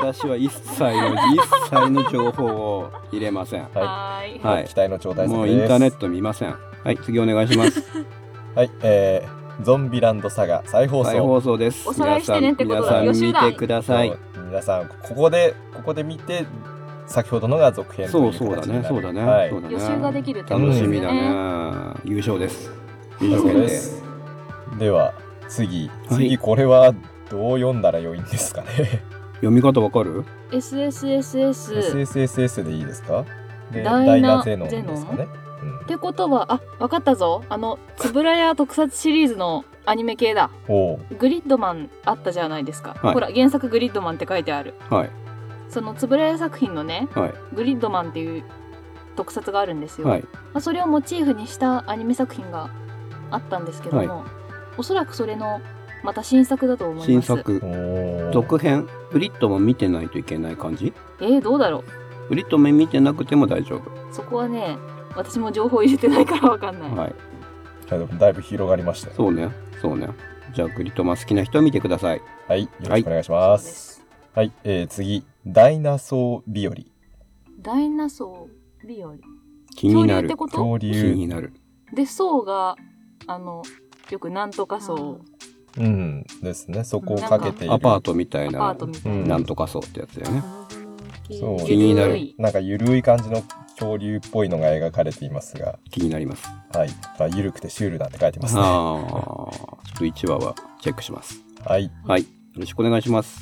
私は一切の、一切の情報を入れません。い。はーいはい期待の超大も作うでイす。ンターネット見ません。はい、次お願いします。はい、えー、ゾンビランドサガ再放再送。放送です。おさらいしてねってことだ皆さん予習皆ださん見てください。皆さんここでここで見て先ほどのが続編とそいううそう形だにね、なるそうだね、はいそうだね。予習ができるってこと楽ですしよみねだね。優勝です。優そう勝決定。ですでは次はい次これはどう読んだら良いんですかね読み方わかる？ SSSS SSSS でいいですかでダダイイナナゼノンですかねっ、てことはあわかったぞあの円谷特撮シリーズのアニメ系だうん、おうグリッドマンあったじゃないですか、はいほら原作グリッドマンって書いてあるはいその円谷作品のねはいグリッドマンっていう特撮があるんですよ、はい。まあ、それをモチーフにしたアニメ作品があったんですけども、おそらくそれのまた新作だと思います新作おー続編ブリットも見てないといけない感じ？えー、どうだろブリットも見てなくても大丈うそこはね私も情報入れてないからわかんない、夫。はい。はいでもだいぶ広がりましたよそうね、そうね。じゃあグリットマン好きな人は見てください。はいよろしくお願いしますそうはい、えー、次ダイナソー日和ですダイナソー日和気に恐竜なっるて。こと恐気竜になる。で層があのよくなんとか層うんですねそこをかけているアパートみたいアなパートみたいな、うんなんとかそうってやつだよね。謎のそう気になるゆいなんかゆるい感じの恐竜っぽいのが描かれていますが、気になります。はい。あゆるくてシュールだって書いてまああ、すちね。はょっと1話はチェックします。い。はい。よろしくお願いします。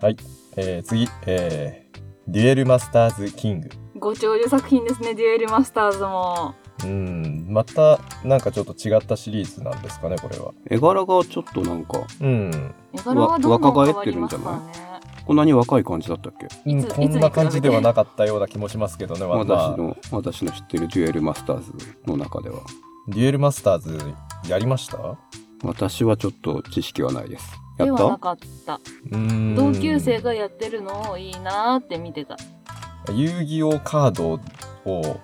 はい。えー、次、えー、デュエルマスターズキング。ご長寿作品ですね、デュエルマスターズも。うん、またなんかちょっと違ったシリーズなんですかね、これは。絵柄がちょっとなんか、うん。絵柄はどんどん変わりますから若返ね。こんなに若い感じだったっけうんいつこんな感じではなかったような気もしますけどね、まあ私の、私の知ってるデュエルマスターズの中では。デュエルマスターズやりました私はちょっと知識はないです。やでっはなたかった。うん同級生がやってるのをいいなーって見てた。遊戯王カードを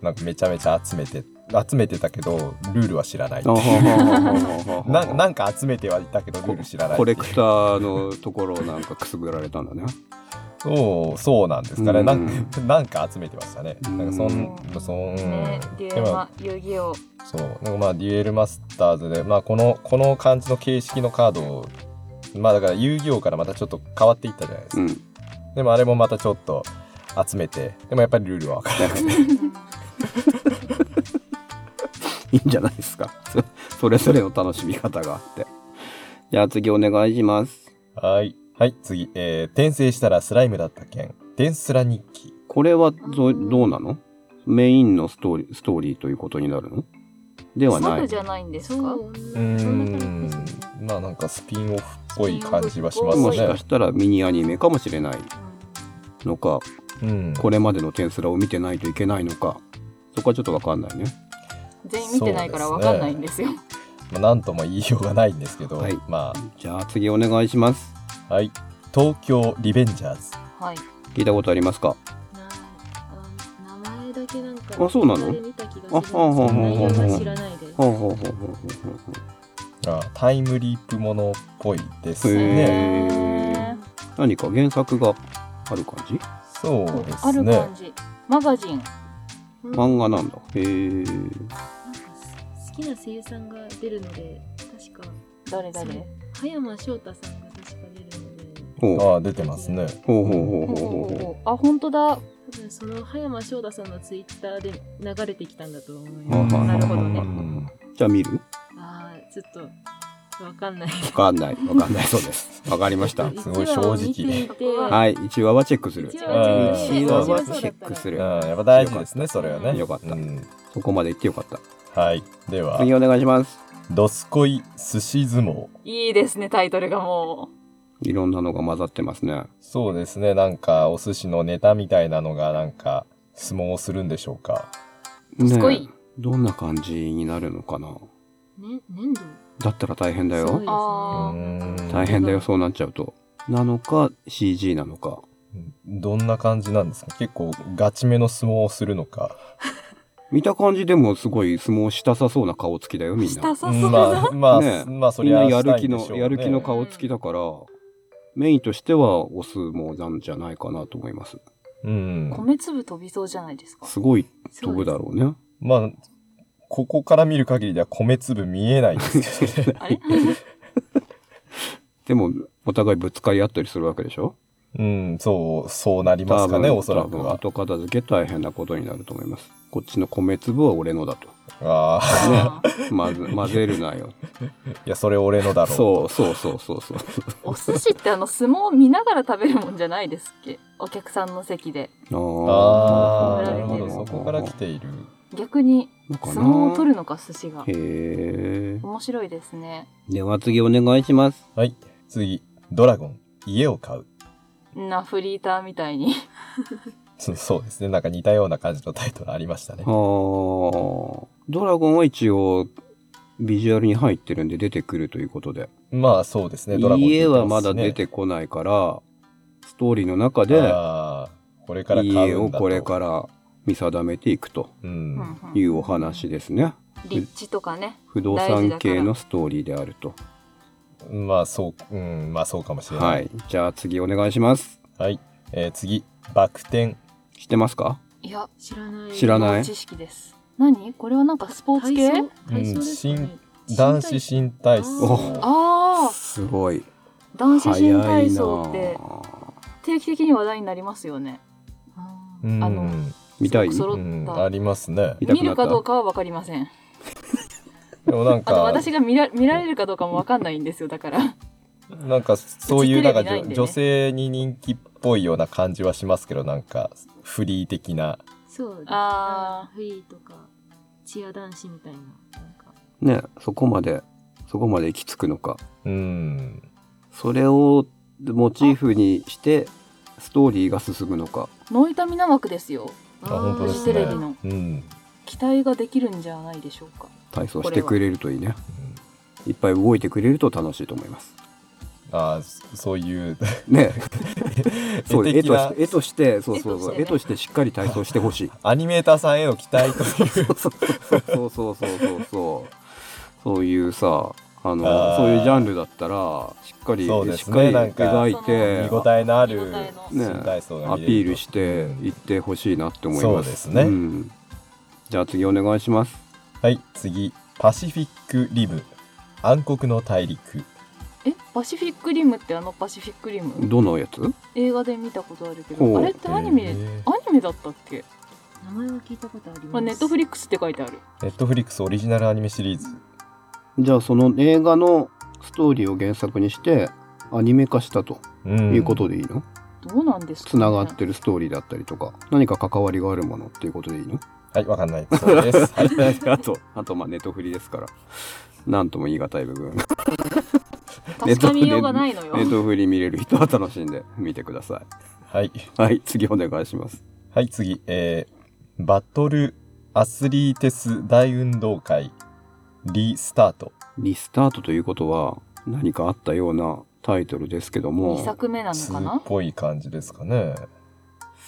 なんかめちゃめちゃ集めて集めてたけどルールは知らないあははははは ななんか集めてはいたけどルール知らないコレクターのところをなんかくすぐられたんだね。そうそうなんですかねなんうかなんか集めてましたねなんかそんうんそん、ね、デュエでもマ、遊戯王。そうなんかまあデュエルマスターズで、まあ、このこの感じの形式のカードをまあだから遊戯王からまたちょっと変わっていったじゃないですうか、ん。 でもあれもまたちょっと集めてでもやっぱりルールは分 からなくていいんじゃないですか。そそれぞれの楽しみ方があって。じゃあ次お願いします。はい。はい、次。えー、転生したらスライムだった件。転スラ日記。これはどどうなのメインのストーリーストーリーということになるのではなサいブじ。ゃないんですかそううーそんな感んじですね。まあなんかスピンオフっぽい感じはしますもしかね。したらミニアニメかもしれないのか、うん。これまでのテンスラを見てないといけないのか、そこはちょっとわかんないね。全員見てないからわかんないんですよ。まあ、なんとも言いようがないんですけど、はいまじゃあ次お願いします。あ、はい。東京リベンジャーズ。はい。聞いたことありますかなあ名前だけなんかあそうなどのっかで見た気がするんであはすあはあはあはあ内容が知らないですほうほうほうほうほうほうほあタイムリープものっぽいですへーね。へーう何か原作がある感じそうであするね感。じ。マガジン。漫画なんだ。へなえ。んか好きな声優さんが出るので確か誰誰葉山翔太さんが確か出るのでほうああ、出てますね。ほうほうほうほほうほううほうほほうあ、本当だ。多分その葉山翔太さんのツイッターで流れてきたんだと思いはまいすはいはいはいなるほどうねんう。じゃあ見るああちょっとわかんないわかんない。わかんないそうです。わかりました。すごい正直一話を見ていて はい。1話はチェックする。一1話はチ話ェックするはチェックすうるん。。やっぱ大事ですね、それはね。よかったうんそこまで言ってよかった。はい。では、次お願いします。ドスコイ寿司相撲。いいですね、タイトルがもいろんなのが混ざってますね。そうですね。なんか、お寿司のネタみたいなのが、なんか、相撲をするんでしょうか。すごいねえどんな感じになるのかなね粘土だったら大変だすごいよで。うあすねーん大変だよ、そうなっちゃうと。なのか、CG なのか。どんな感じなんですか結構、ガチめの相撲をするのか。見た感じでもすごい相撲したさそうな顔つきだよ、う。みんなした。さそうだまあ、まあ、ねえまあ、そみりんゃなあやるしたい気んでの、しょうね。やる気の顔つきだから、メインとしてはお相撲なんじゃないかなと思います。うん。米粒飛びそうじゃないですか。すごいそう飛ぶですだろうね。まあ、ここから見る限りでは米粒見えないですけどね。あれでも、お互いぶつかり合ったりするわけでしょうん、そう、そうなりますかね、おそらく多分は。後片付け大変なことになると思います。こっちの米粒は俺のだと。ああ、あー混 ぜ混ぜるなよ。いや、それ俺のだろう。そうそうそうそう そう。 お寿司ってあの、相撲を見ながら食べるもんじゃないですっけお客さんの席で。ああ、ななるるほほど。どそこから来ている。逆に、のかな相撲を取るのか、寿司が。へえ。面白いですね。では次お願いします。はい。次、ドラゴン、家を買う。 な、フリーターみたいに。そうそうですね。なんか似たような感じのタイトルありましたねあ。ードラゴンは一応ビジュアルに入ってるんで出てくるということで、まあそうですね。ドラゴンって家言ってすね、はまだ出てこないからストーリーの中であーこれから買うんだと家をこれから見定めていくとう。うんんうんいうお話ですね。立地とかね。不動大事産だから系のストーリーであると。まあそう、うん、まあそうかもしれな。はいい。じゃあ次お願いします。はい。えー次、バク転。知ってますかいや、知らない知らない知識です。何これはなんかスポーツ系体操体操ですかね男子新体お操。ああ、すごい。男子新早い体な操ってあ定期的に話題になりますよね。あうーんあの見たいすごうく揃っん、た、ありま すね見たくなった見るかどうかは分かりません。でもなんあとか私が見ら見られるかどうかも分かんないんですよだから。なんかそういうなんかテレビないんでね女性に人気っぽいような感じはしますけどなんかフリー的なそうですあフリーとかチア男子みたいななんかねそこまでそこまで行き着くのかうんそれをモチーフにしてストーリーが進むのかノイタミナ枠ですよ。あ本当ですねテレビのうん期待ができるんじゃないでしょうか。体操してくれるといいねいっぱい動いてくれると楽しいと思いますあーそそういうねそう絵絵的としなて絵としてそうそうそう絵絵ととしてしっかり体操してほしいアニメーターさんへの期待というそうそうそうそうそうそういうさあのあーそういうジャンルだったらしっかり、そうですねしっかりなんか描い見て応えのある見応えの新体操がア見ピーれるとルしていってほしいなって思います。そうですねんじゃあ次お願いします。はい次パシフィックリム暗黒の大陸えパシフィックリムってあのパシフィックリムどのやつ？映画で見たことあるけほうどあれってアニメ、えーアニメだったっけ、名前は聞いたことあります、まあ、ネットフリックスって書いてあるネットフリックスオリジナルアニメシリーズじゃあその映画のストーリーを原作にしてアニメ化したとうんいうことでいいの？どうなんですか、ね、つながってるストーリーだったりとか何か関わりがあるものっていうことでいいの？はいわかんないそうです、は い、あとあとまあネットフリですから。なんとも言い難い部分。ネ確かめようがないのよ、ットフリ見れる人は楽しんで見てくださはいい。はい、次お願いします。はい、次、えー、バトルアスリーテス大運動会リスタート。リスタートということは何かあったようなタイトルですけども2作目なのか2っな、ぽい感じですかね。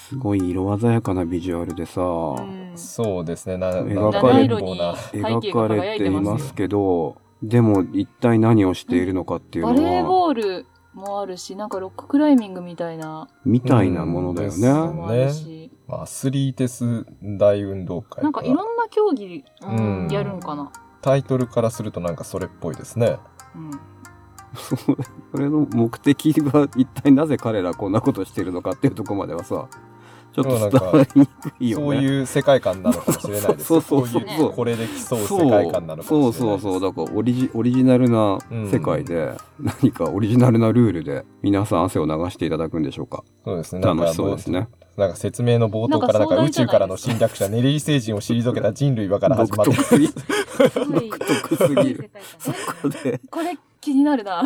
すごい色鮮やかなビジュアルでさ、うん、そうですね、な、描なかれ七る色に背景描がか輝れいてていまますよすけどでも一体何をしているのかっていうバレーのは、ボールもあるしなんかロッククライミングみたいなみたいなものだよね、のうんもあるし、アスリーテス大運動会なんかいろんな競技うんやるんかな、タイトルからするとなんかそれっぽいですね。うんそれそれの目的は一体なぜ彼らこんなことしているのかっていうところまではさちょっと伝わりにくいよね。そういう世界観なのかもしれないですそうそうそうそうこいこれで競う世界観なのかそもうしれなそいそうです。うだからオリジオリジナルな世界で、何かオリジナルなルールで皆さん汗を流していただくんでしょうかそうですね。なん楽かしそうですねなんか説明の冒頭からなんかなんか壮大じゃない宇宙ですかからの侵略者ネリー星人を退けた人類はから始独まって特すぎすごい独特すぎるすそこでこれ気になるな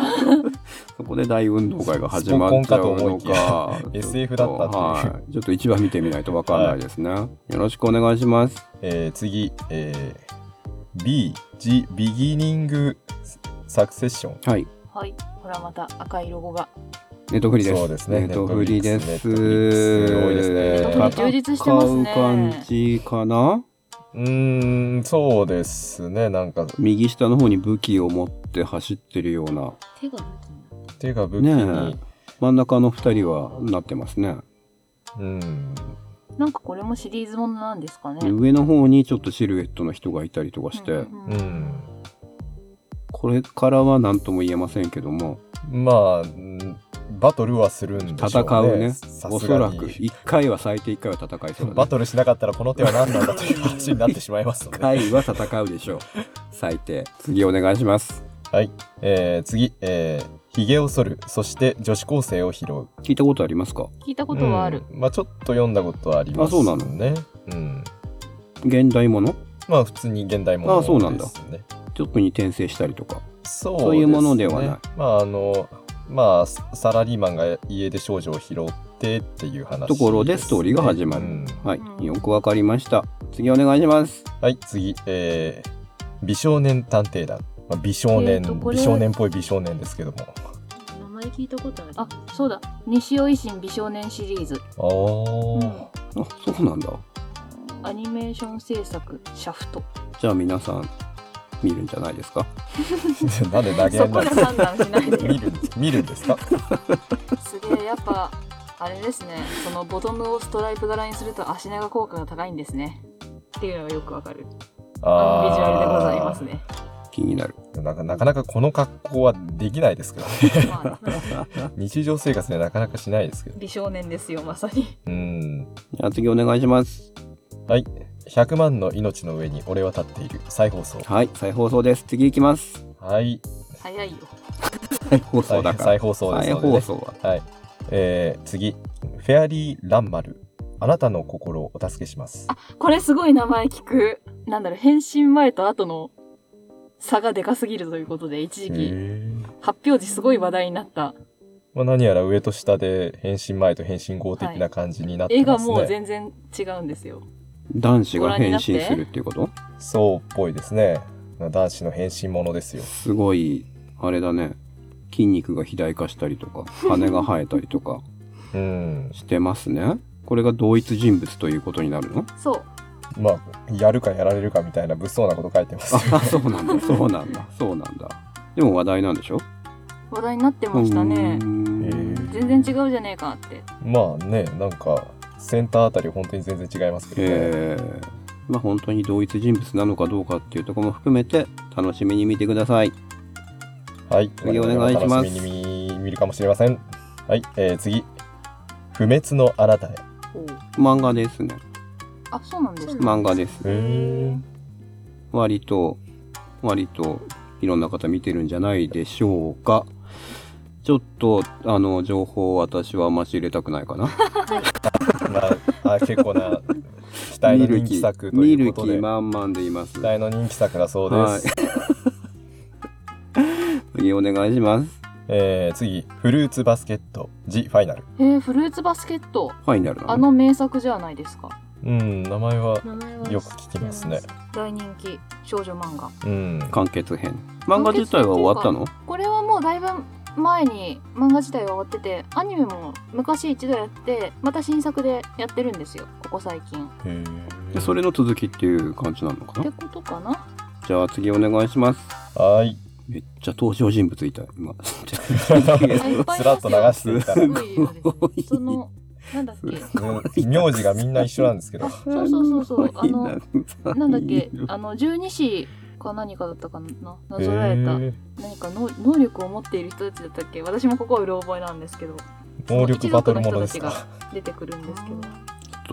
そこで大運動会が始まっちゃうスポコのンかか思いきや SF だったっていうはいちょっと一番見てみないとわかんないですね、よろしくお願いしますえー次、えー B「The Beginning Succession はい はいほらまた赤いロゴがネットフリ」ですそうですねネットフリですネットフリです多いですねネットフリ充実してますね戦う感じかなうーんそうですねなんか右下の方に武器を持って走ってるような手が武器になっ手が武器に、ね真ん中の二人はなってますねうんなんかこれもシリーズものなんですかね、上の方にちょっとシルエットの人がいたりとかして、うんうんうんこれからは何とも言えませんけどもまあうんバトルはするんでし戦ょううねねさおすそがらにく1回は最低1回は戦いそうだ、ね、バトルしなかったらこの手は何なんだという話になってしまいますの1 回で、は戦うでしょう最低次お願いしますえー次、えー「ひげを剃るそして女子高生を拾う」聞いたことありますか聞いたことはある、うんまあちょっと読んだことはありますあそうなのねうん現代ものまあ普通に現代もあそうなのんでだすね。ちょっとに転生したりとかそうそういうものではないすねまああのまあササラリーマンが家で少女を拾ってっていう話すね、ところでストーリーが始まる、うんはいよくわかりました次お願いしますはい次、えー美少年探偵団。まあ、美少え年、ーとこれ美少年っぽい美少年ですけども。た名前聞いたことあるあそうだ西尾維新美少年シリーズあーあそうなんだアニメーション制作シャフトじゃあ皆さん見るんじゃないですかなんで投げそんこので判断しないで見る見るんですかすげえやっぱあれですねそのボトムをストライプ柄にすると足長効果が高いんですねっていうのがよくわかるあのビジュアルでございますね気になるあーとなかなかなかこの格好はできないですけどね ま あ、日常生活ではなかなかしないですけど美少年ですよまさにうんじゃあ次お願いします。はい100万の命の上に俺は立っている再放送はい、再放送です。次行きます。はい早いよ再放送再 だから。再放送です再ので、ね放、送は。はい、えー、次フェアリー・ランマルあなたの心をお助けしますこれすごい名前聞くなんだろう返信前と後の差がでかすぎるということで一時期発表時すごい話題になったまあ、何やら上と下で返信前と返信後的な感じになって絵がますね、もう全然違うんですよ男子が変身するっていうことそうっぽいですね男子の変身ものですよすごい、あれだね。筋肉が肥大化したりとか、羽が生えたりとか うんしてますね。これが同一人物ということになるのそうまあやるかやられるかみたいな物騒なこと書いてますよあ、 そうなんだ、 そうなんだ、そうなんだ。でも話題なんでしょ話題になってましたねうーん全然違うじゃねえかって まあねなんかセンターあたり本当に全然違いますけどね、えーまあ本当に同一人物なのかどうかっていうところも含めて楽しみに見てください。はい次お願いします楽しみに見見るかもしれませんはい、えー、次不滅のあなたへ漫画ですね。あそうなんですか漫画です。え割と、割といろんな方見てるんじゃないでしょうか。ちょっと、あの、情報を私はあんまし入れたくないか な。まああ結構な期待の人気作と見いるうこ気とで期満々でいます。待の人気作だそうです、はい次お願いします。えー、次フルーツバスケットジファイナルえー、フルーツバスケットファイナルなのあの名作じゃないですかうん名前は名前はよく聞きますね大人気少女漫画うん完結編。漫画自体は終わったのこれはもうだいぶ前に漫画自体が終わっててアニメも昔一度やってまた新作でやってるんですよここ最近っでそれの続きっていう感じなのかてなことかなじゃあ次お願いします。はー いめっちゃ登場人物いた今あいっぱいスラッと流していたらすごいよねそ のなんだっけうん名字がみんな一緒なんですけ どそうそうそうそうあ ののなんだっけあの十二子か何かだったかななぞらえたへー何かの能力を持っている人たちだったっけ私もここはうろ覚えなんですけど能力バトルものです一族のか人たちが出てくるんですけど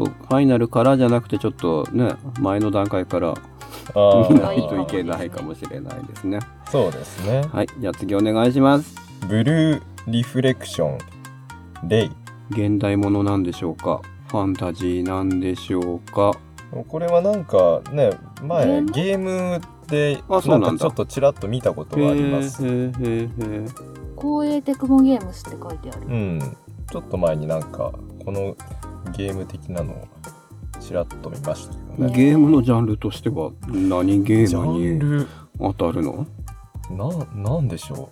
ちょっとファイナルからじゃなくてちょっとね前の段階からあー見がないといけないかもしれないですねそうですねはいじゃあ次お願いしますブルーリフレクションレイ現代ものなんでしょうかファンタジーなんでしょうかこれはなんかね前ゲームゲームであそうなんだかちょっとちらっと見たことがありますへーへーへーへー光栄テクモゲームスって書いてあるうんちょっと前になんかこのゲーム的なのをちらっと見ましたけどねゲームのジャンルとしては何ゲジーャンムにル当たるのななんでしょ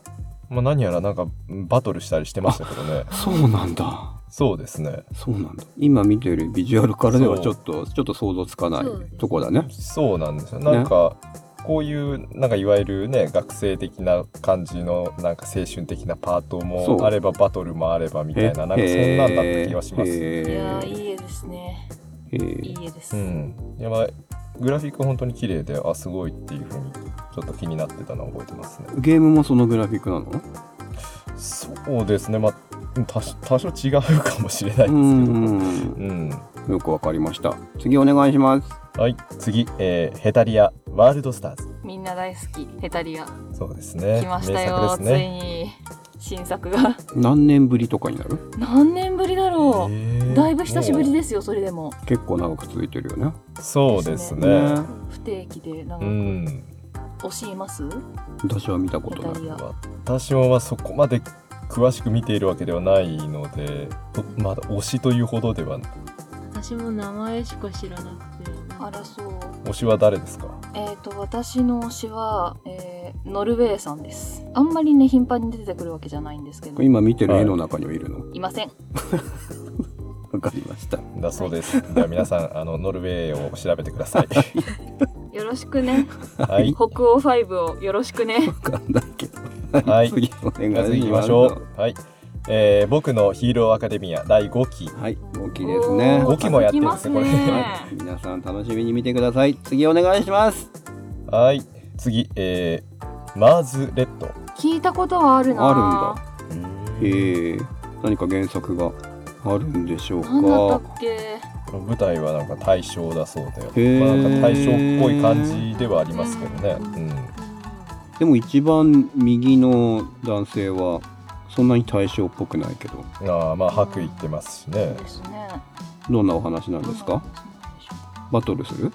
う、まあ、何やらなんかバトルしたりしてましたけど ねそうなんだそうですねそうなんだ今見てるビジュアルからではそうちょっとちょっと想像つかないそうですねとこだねそうなんですよなんか、こういうなんかいわゆるね学生的な感じのなんか青春的なパートそうもあればバトルもあればみたいななんかそんなんだった気がします、いやーへいい絵ですねいえい絵です、うんやばいグラフィック本当に綺麗であすごいっていう風にちょっと気になってたのを覚えてますねゲームもそのグラフィックなのそうですねまあ多少多少違うかもしれないですけどううん、んよくわかりました次お願いしますはい次、えーヘタリアワールドスターズみんな大好きヘタリアそうですね来ました名よ、作ですねついに新作が 何年ぶりとかになる何年ぶりだろう、へーだいぶ久しぶりですよそれでも結構長く続いてるよねそうですね。ね不定期でなんうかん。推しいます、私は見たこヘとタないリア私はそこまで詳しく見ているわけではないので、とまだ推しというほどでは、私も名前しか知らなくてあらそう推しは誰ですかえっ、と私の推しは、えーノルウェーさんですあんまりね頻繁に出てくるわけじゃないんですけど今見てる絵の中にはいるのいませんわかりましただそうです。では皆さん、あの、ノルウェーを調べてくださ い。よろしくねはい。北欧5をよろしくねわかんないけどはい次お願じゃあい次し行きまますしょう。はい。えー僕のヒーローアカデミア第5期。はい大きいですねおー動きもやってるんですね続きますねはい皆さん楽しみに見てください次お願いしますはい。次、えーマーズレッド。 聞いたことはあるなあええーー、何か原作があるんでしょうかなんだったっけ舞台はなんか大正だそうへーで、まあ、なんか大正っぽい感じではありますけどね。うん、でも一番右の男性はそんなに対象っぽくないけどあーまあ白衣ってますしね。ですねどんなお話なんですかバトルする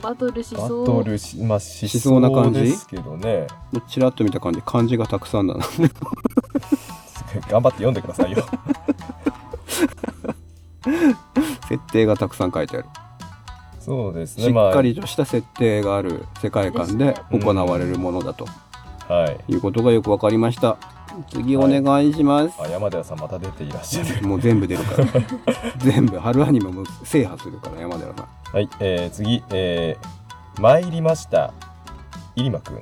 バトルしバそうトルし,、まあ、ししそそううな感じですけどね。 もうちらっと見た感じ漢字がたくさんだな 頑張って読んでくださいよ。設定がたくさん書いてあるそうですね。しっまあかりとした設定がある世界観で行われるものだとはい。いうことがよくわかりました次お願いします、あ山寺さんまた出ていらっしゃる。もう全部出る から全部春アニメも制覇するから山寺さんはい、えー、次、えー、参りました。入間くん、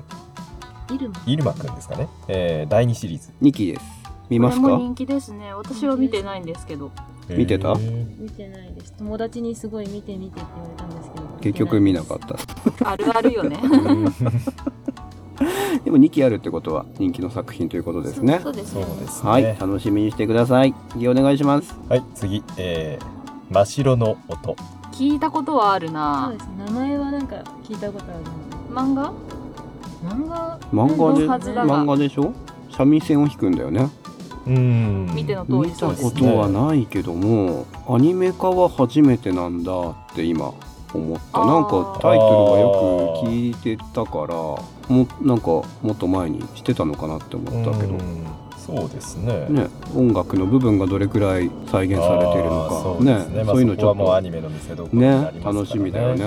イルマ入間くんですかね。えー、第二シリーズ。 2期です見ますこれかも人気ですね私は見てないんですけど見てたえー見てないです友達にすごい見て見てって言われたんですけど結局見なかっ見た あるあるよねでも2期あるってことは人気の作品ということですねそうです そうねですね。はい、楽しみにしてください次お願いしますはい、次、えー、真っ白の音。聞いたことはあるそうなです名前はなんか聞いたことある漫画漫画漫画でのはずだが漫画でしょ三味線を弾くんだよねうーん。見ての通見りたそうですこねとはないけども、アニメ化は初めてなんだって今思ったあーなんかタイトルがよく聞いてたからもなんかもっと前にしてたのかなって思うったけど、ん。そうですね。ね、音楽の部分がどれくらい再現されているあーのそかうねですね。まあそういうのちょそこはっもうアと、ニメの見せどころになりますからね楽しみだよね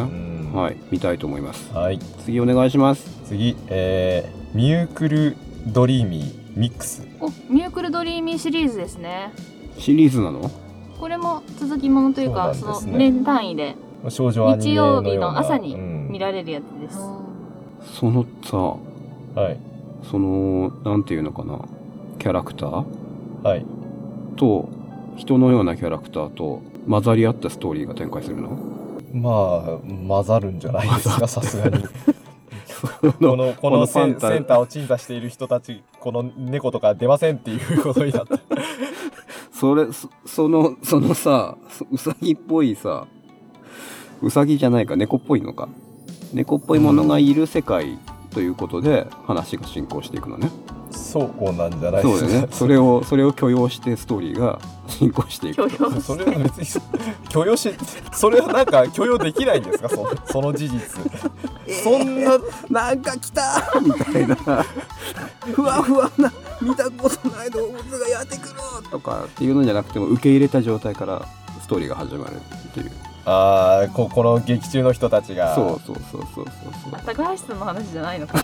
うんはい、見たいと思いますはい。次お願いします次、えー、ミュークルドリーミーミックス。おミュークルドリーミーシリーズですねシリーズなのこれも続きものというかそうそなんですねの年単位で少女アニメのような日曜日の朝にうん見られるやつです、そのさはい。そのなんていうのかなキャラクターはい。と人のようなキャラクターと混ざり合ったストーリーが展開するの まあ混ざるんじゃないですかさすが にこのここののセファンンタセンターを鎮座している人たちこの猫とか出ませんっていうことになったそれそそのそのさそウサギっぽいさウサギじゃないか猫っぽいのか猫っぽいものがいる世界ということで話が進行していくのね。そうなんじゃないでそうすだかよね。それをそれを許容してストーリーが進行していく許。容それは別に 許容しそれはなんか許容できないんですかそその事実そんななんか来たーみたいな ふわふわな見たことない動物がやってくるとかっていうのじゃなくても受け入れた状態からストーリーが始まるっていうあーここの劇中の人たちがそうそうそうそうそうそう高橋さんの話じゃないのか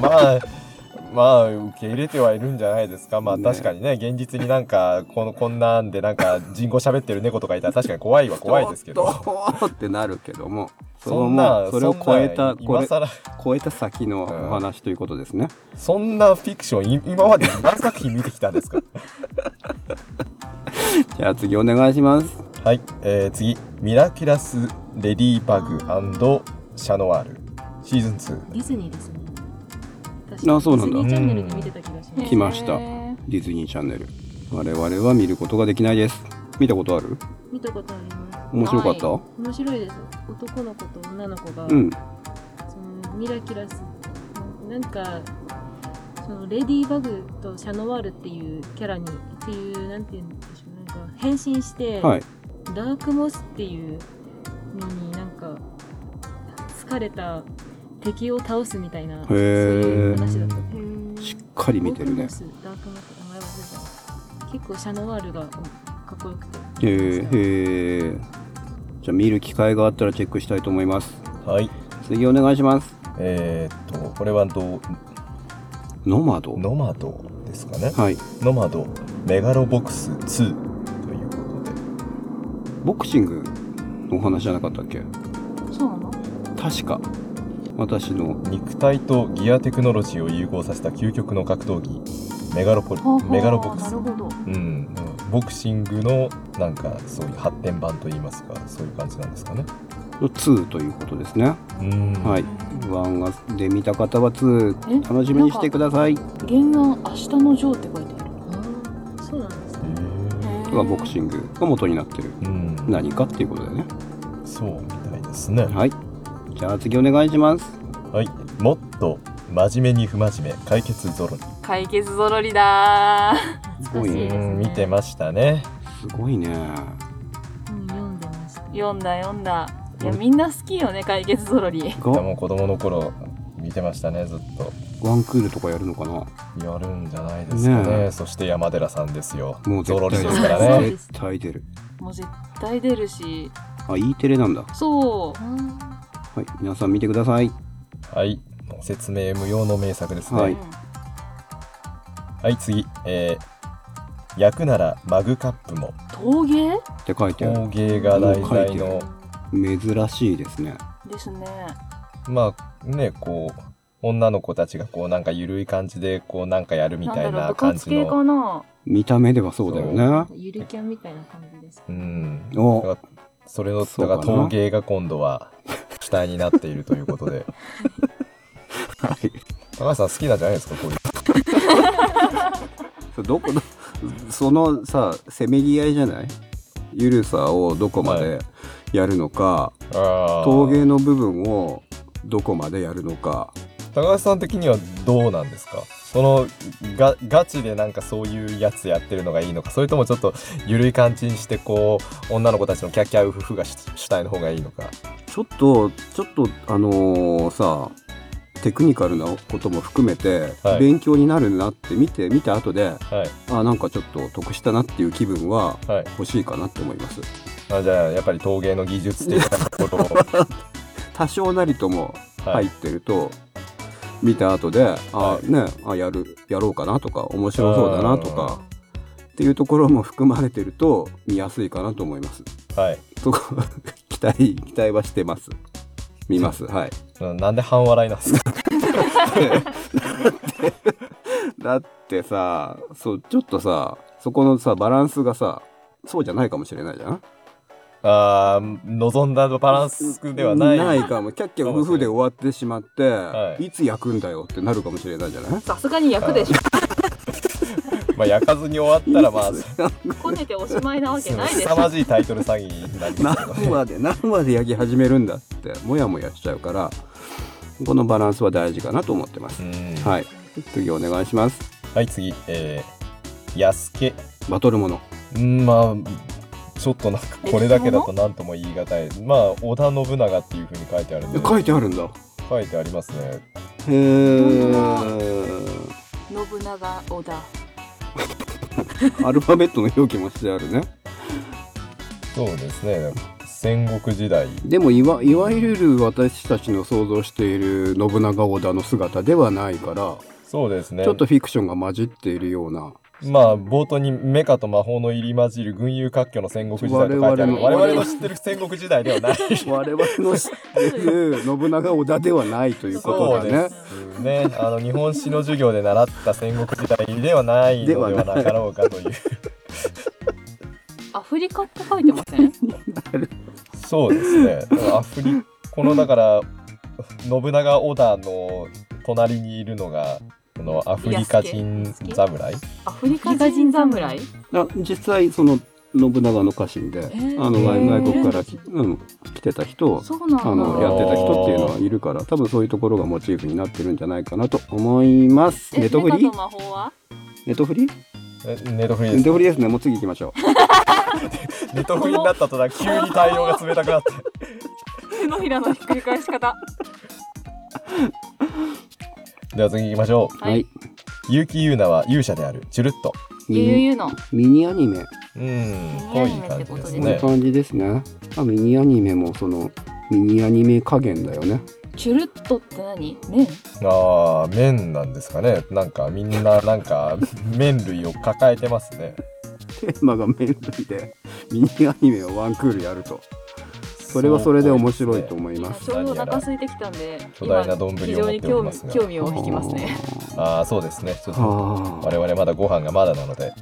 まあまあ受け入れてはいるんじゃないですかまあね確かにね現実になんかこのこんなんでなんか人語喋ってる猫とかいたら確かに怖いは怖いですけどどうってなるけどもそんのまなあそれを超えたそんなこ今れ更超えた先のお話ということですね、そんなフィクションい今まで何作品見てきた んですかじゃあ次お願いしますはい、えー、次「ミラキュラス・レディーバグシャノワール」シーズン2ディズニーですねあそうなんだディズニーチャンネルで見てた気がします 来ましたへディズニーチャンネル我々は見ることができないです見たことある見たことあります面白かった、面白いです男の子と女の子が、うんそのミラキラスなんかそのレディーバグとシャノワールっていうキャラにっていうなんていうんでしょうなんか変身して、はいダークモスっていうのになんか疲れた敵を倒すみたいなそういう話だったーうんしっかり見てるダークねモスダークモス名前忘れた結構シャノワールがかっこよくてへえへえじゃあ見る機会があったらチェックしたいと思いますはい次お願いしますえー、っとこれはどうノマドノマドですかねはいノマドメガロボックス2ということでボクシングのお話じゃなかったっけそうなの確か私の肉体とギアテクノロジーを融合させた究極の格闘技メガロポリほうほうメガロボックなスるほどうん、ボクシングのなんかそういう発展版といいますかそういう感じなんですかね2ということですね。うんはい。1で見た方は2え楽しみにしてください。原案「明日のジョー」って書いてあるあそうなんですへね。はボクシングが元になってるーうん何かっていうことだよね。そうみたいですねはい。じゃあ次お願いします。はい、もっと真面目に不真面目解決ぞろり解決ぞろりだー懐かしいですうね。ん見てましたねすごいね。うん読んでました。読んだ読んだいやみんな好きよね解決ぞろりいやがもう子供の頃見てましたねずっとワンクールとかやるのかな。やるんじゃないですかねねそして山寺さんですよもうぞ絶ろり対で出するからそうねです絶対出る。もう絶対出るしあ、E テレなんだ。そうはい、皆さん見てください。はいもう説明無用の名作ですねははいうい、ん次えー焼くならマグカップも陶芸って書いてある。陶芸が題材もの珍しいですね。ですねまあねこう女の子たちがこうなんかゆるい感じでこうなんかやるみなんただいろうな部感活じ系かのな見た目ではそうだよね。ゆるキャンみたいな感じです。うんおだからそれのそうだかかなら陶芸が今度は主体になっているということではい。 高橋さん好きなんじゃないですかこういうそうど このそのさせめぎ合いじゃないゆるさをどこまでやるのか、あー陶芸の部分をどこまでやるのか高橋さん的にはどうなんですかそのがガチでなんかそういうやつやってるのがいいのかそれともちょっと緩い感じにしてこう女の子たちのキャッキャウフフが主主体の方がいいのかちょっとちょっとあのーさテクニカルなことも含めてはい勉強になるなって見て見た後で、はいあなんかちょっと得したなっていう気分ははい欲しいかなって思いますあじゃあやっぱり陶芸の技術的なことを多少なりともは入っい、てると、見た後で、あはいねあやるやろうかなとか面白そうだなとかっていうところも含まれてると見やすいかなと思います。はいそこ 期待期待はしてます。見 ます。はい。 ななんで半笑いなんですかだってさ、そうちょっとさ、そこのさバランスがさ、そうじゃないかもしれないじゃん。あー望んだバランスではないないかも。キャッキャ夫婦で終わってしまって、 はいい、つ焼くんだよってなるかもしれないじゃない。さすがに焼くでしょまあ焼かずに終わったらまあこねておしまいなわけないでし凄ょまじいタイトル詐欺になりま何すけ どね話で何話で焼き始めるんだってもやもやしちゃうからこのバランスは大事かなと思ってます、うんははい次お願いしますい、次えー、やすけバトルものうんまあちょっとなんかこれだけだと何とも言い難いまあ織田信長っていうふうに書いてあるんで書いてあるんだへ書いてありますね信え長織田アルファベットの表記もしてあるねそうですね戦国時代でもいわいわゆる私たちの想像している信長織田の姿ではないからそうですねちょっとフィクションが混じっているよう なまあ冒頭にメカと魔法の入り混じる群雄割拠の戦国時代と書いてある我々我の々の知ってる戦国時代では ない我々の知ってる信長織田ではないということだねそうですねあの日本史の授業で習った戦国時代ではないのではなかろうかというアフリカって書いてませんそうですね。だからアフリこのだから信長織田の隣にいるのがこのアフリカ人侍。アフリカ人侍あ実際その信長の家臣で、ーあのへー外外国からき、うん、来てた人をそうなあんだのやってた人っていうのはいるから多分そういうところがモチーフになってるんじゃないかなと思います。えネトフメリカと魔法はネトフリえネットフリネです。トフリですねもう次行きましょネットフリになった途端急に対応が冷たくなって。手のひらのひっくり返し 方では次行きましょう。う。はい、結城優奈は勇者である。チュルッと。ゆゆゆのミニアニメうん。ニ濃アいニメっ感てじこでとすでこんなね。感じですね。あミニアニメもそのミニアニメ加減だよね。 チュルッとって何麺ああ麺なんですかね。なんかみんななんか麺類を抱えてますね。テーマがメインでミニアニメをワンクールやるとそれはそれで面白いと思います。ちょうどお腹空いてきたんで巨大な丼を持非っ常にて興おりま味すが興味を引 きますねああそうですね。ちょっとはあ我々まだご飯がまだなので。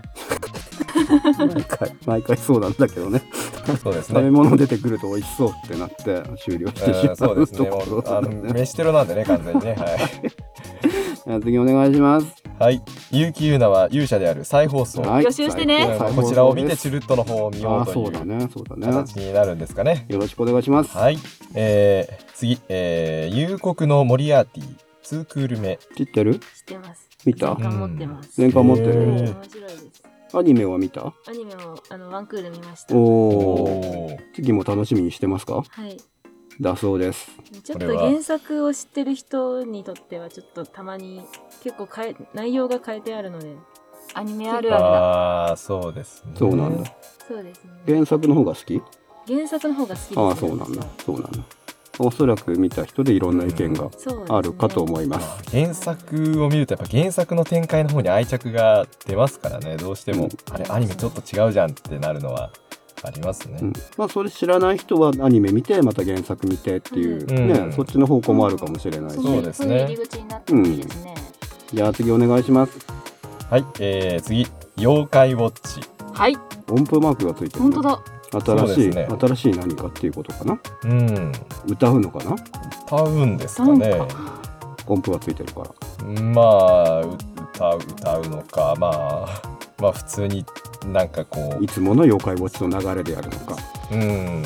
毎回毎回そうなんだけどねそうです食べ ね。物出てくると美味しそうってなって終了しうてんしまうそうですとね。もころうだあのね飯テロなんでね完全にね。は い。次お願いしますはい。結城優奈は勇者である再放送。はい予習してね最後こちらを見てチ最後ュルットの方を見よあうーそというだうねそうだね形になるんですかね。よろしくお願いしますはい。えー、次、えー、夕刻のモリアーティ、2クール目。知ってる知ってます。見た全巻持ってます。全巻持ってへるー面白いです。アニメは見たアニメをあのワンクール見ました。はおおー次も楽しみにしてますかい。だそうですちょっことれは原作を知ってる人にとってはちょっとたまに結構変え内容が変えてあるのでアニメあるあるだ。ああ、そうですね。そうなんだそうですね原作の方が好き原作の方が好きです、ね、ああそうなんだそうなんだおそらく見た人でいろんな意見がそうですねあるかと思いまますあ原作を見るとやっぱ原作の展開の方に愛着が出ますからねどうしても、うんあれアニメちょっと違うじゃんってなるのはありますね、うんまあそれ知らない人はアニメ見てまた原作見てっていう、うんねそっちの方向もあるかもしれないし、んそうですねそういう入り口になってほしいですね。じゃあ次お願いしますはい、えー、次「妖怪ウォッチはい、音符マークがついてるね、本当だ。新しい、そうですね新しい何かっていうことかな」うん歌うのかな歌うんですかねなん音符がついてるからまあう歌う歌うのかまあまあ普通になんかこいうつもの妖怪ウォッチの流れでやるのかうん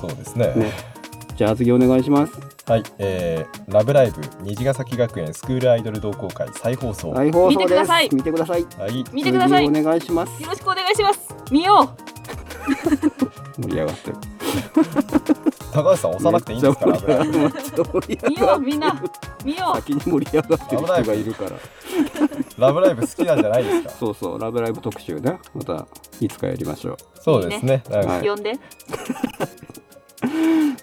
そうですねねじゃあ次お願いしますはいえー「ラブライブ虹ヶ崎学園スクールアイドル同好会再放送」大放送見てですください見てくださいはい見てください。よ次お願いしますろしくお願いします。見よ盛り上がってる高橋さん押さなくていいんですからめっちゃ盛り上がってる盛りう、見上がよっ う、てるみんな、見よ。先に盛り上がってる人がいるからラブライブ好きなんじゃないですかそうそう「ラブライブ!」特集ねまたいつかやりましょう そうですね。なんかははいい、呼んで。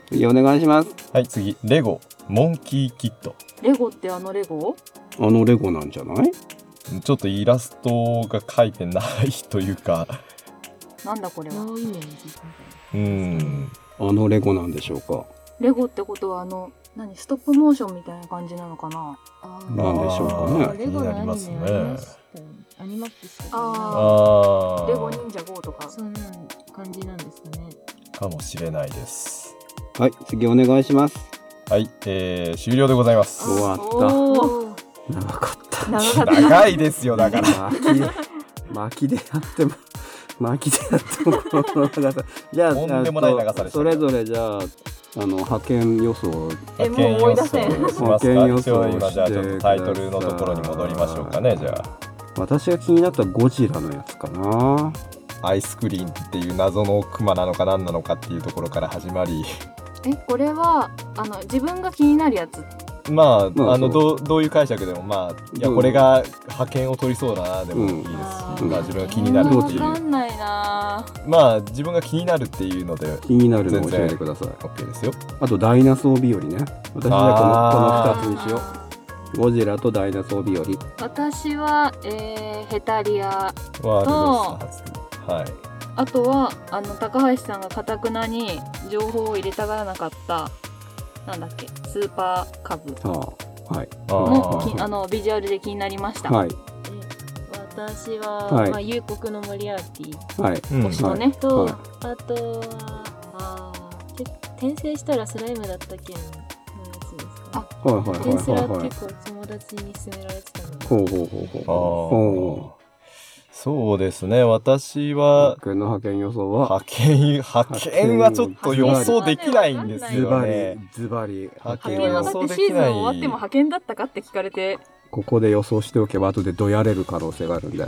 次お願いします次、レゴ、モンキーキット。レゴってあのレゴ？あのレゴなんじゃないちょっとイラストが書いてないという か、なんだこれは。ノーイメージうん、あのレゴなんでしょうかレゴってことはあの何ストップモーションみたいな感じなのかな。あーなんでしょうかねあーレゴのアニメありましたよ気になりますねアニマックスあとかあレゴ忍ー者 GO とか。そんな感じなんですかねかもしれないです。はい次お願いしますはい、えー、終了でございます。終わっおお、ーた長かった長 かった。長いですよ、だ から。巻きで巻きでやっても巻きでやってもこの長さじゃあとんでもない長さあでとしたそれぞれじゃああの派遣予想えもう思い出せん派遣予想します派か。遣予一応想今、じゃあちょっとタイトルのところに戻りましょうかね。じゃ私が気になったゴジラのやつかなあ、アイスクリーンっていう謎のクマなのか何なのかっていうところから始まり、えこれはあの自分が気になるやつ。まあ、まああのそどうどういう解釈でもまあいやうんこれが派遣を取りそうだなでもいいですし、うんまあ自分が気になるわっていう、かんないな。まあ自分が気になるっていうので気になるの教えてください OK ですよあとダイナソー日和ね私はこのあこの2つにしようゴジラとダイナソー日和私は、えーヘタリアワールドスターズはいあとはあの高橋さんがかたくなに情報を入れたがらなかったなんだっけスーパーカブはあはいのあきあのビジュアルで気になりました、はいで私は、はいまあ、夕刻のモリアーティはいー、うん推しのね、と、はいあとはあーて転生したらスライムだったけんのやつですかはいはい転生はいははいはい結構友達に勧められてたので、ほうほうほうあほうーそうですね私は僕の派遣予想は派遣派遣はちょっと予想できないんですズバよリねズバリ派派遣遣はは予だっ想てでシーきズンない終わっても派遣だったかって聞かれてここで予想しておけば後でどやれる可能性があるんで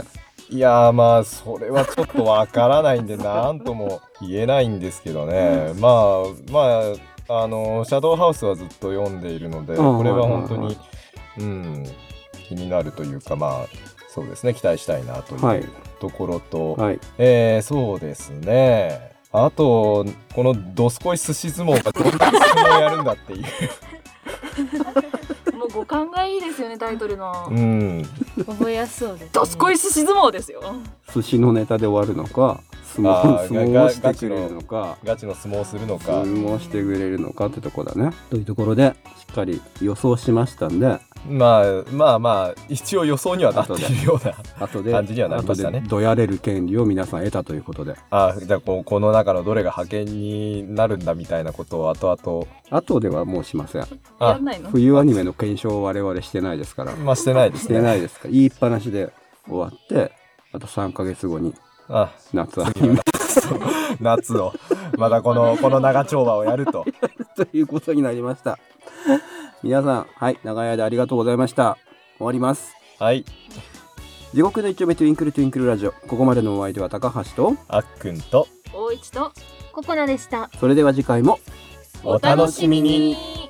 いやーまあそれはちょっとわからないんでなんとも言えないんですけどねまあまああの「シャドウハウス」はずっと読んでいるのであーこれは本当はいはいにうん気になるというかまあそうですね期待したいなとはいいうところと、はいえーそうですねあとこの「ドスコイ寿司相撲」がどんな相撲をやるん だっていうもう五感がいいですよねタイトルのうん覚えやすそうです、ね。ドスコイ寿司相撲ですよ。寿司のネタで終わるのか相あ撲ー相撲をしてくれるのかガチの相撲をするのか相、撲をしてくれるのかってとこだねというところでしっかり予想しましたんでまあまあまあ、一応予想にはなっているような。後で感じにはなりましたね後でどやれる権利を皆さん得たということであじゃあこうこの中のどれが派遣になるんだみたいなことを後々、後ではもうしませんあやんないの。冬アニメの検証を我々してないですからまあ、してないでしすてね。ないですから言いっぱなしで終わってあと3ヶ月後にあ夏アニメ夏を、またこの、この長丁場をやると。ということになりました皆さんはい長い間ありがとうございました終わりますはい、地獄の一丁目トゥインクルトゥインクルラジオここまでのお相手は高橋とあっくんと、大一と。ココナでしたそれでは次回もお楽しみに。に。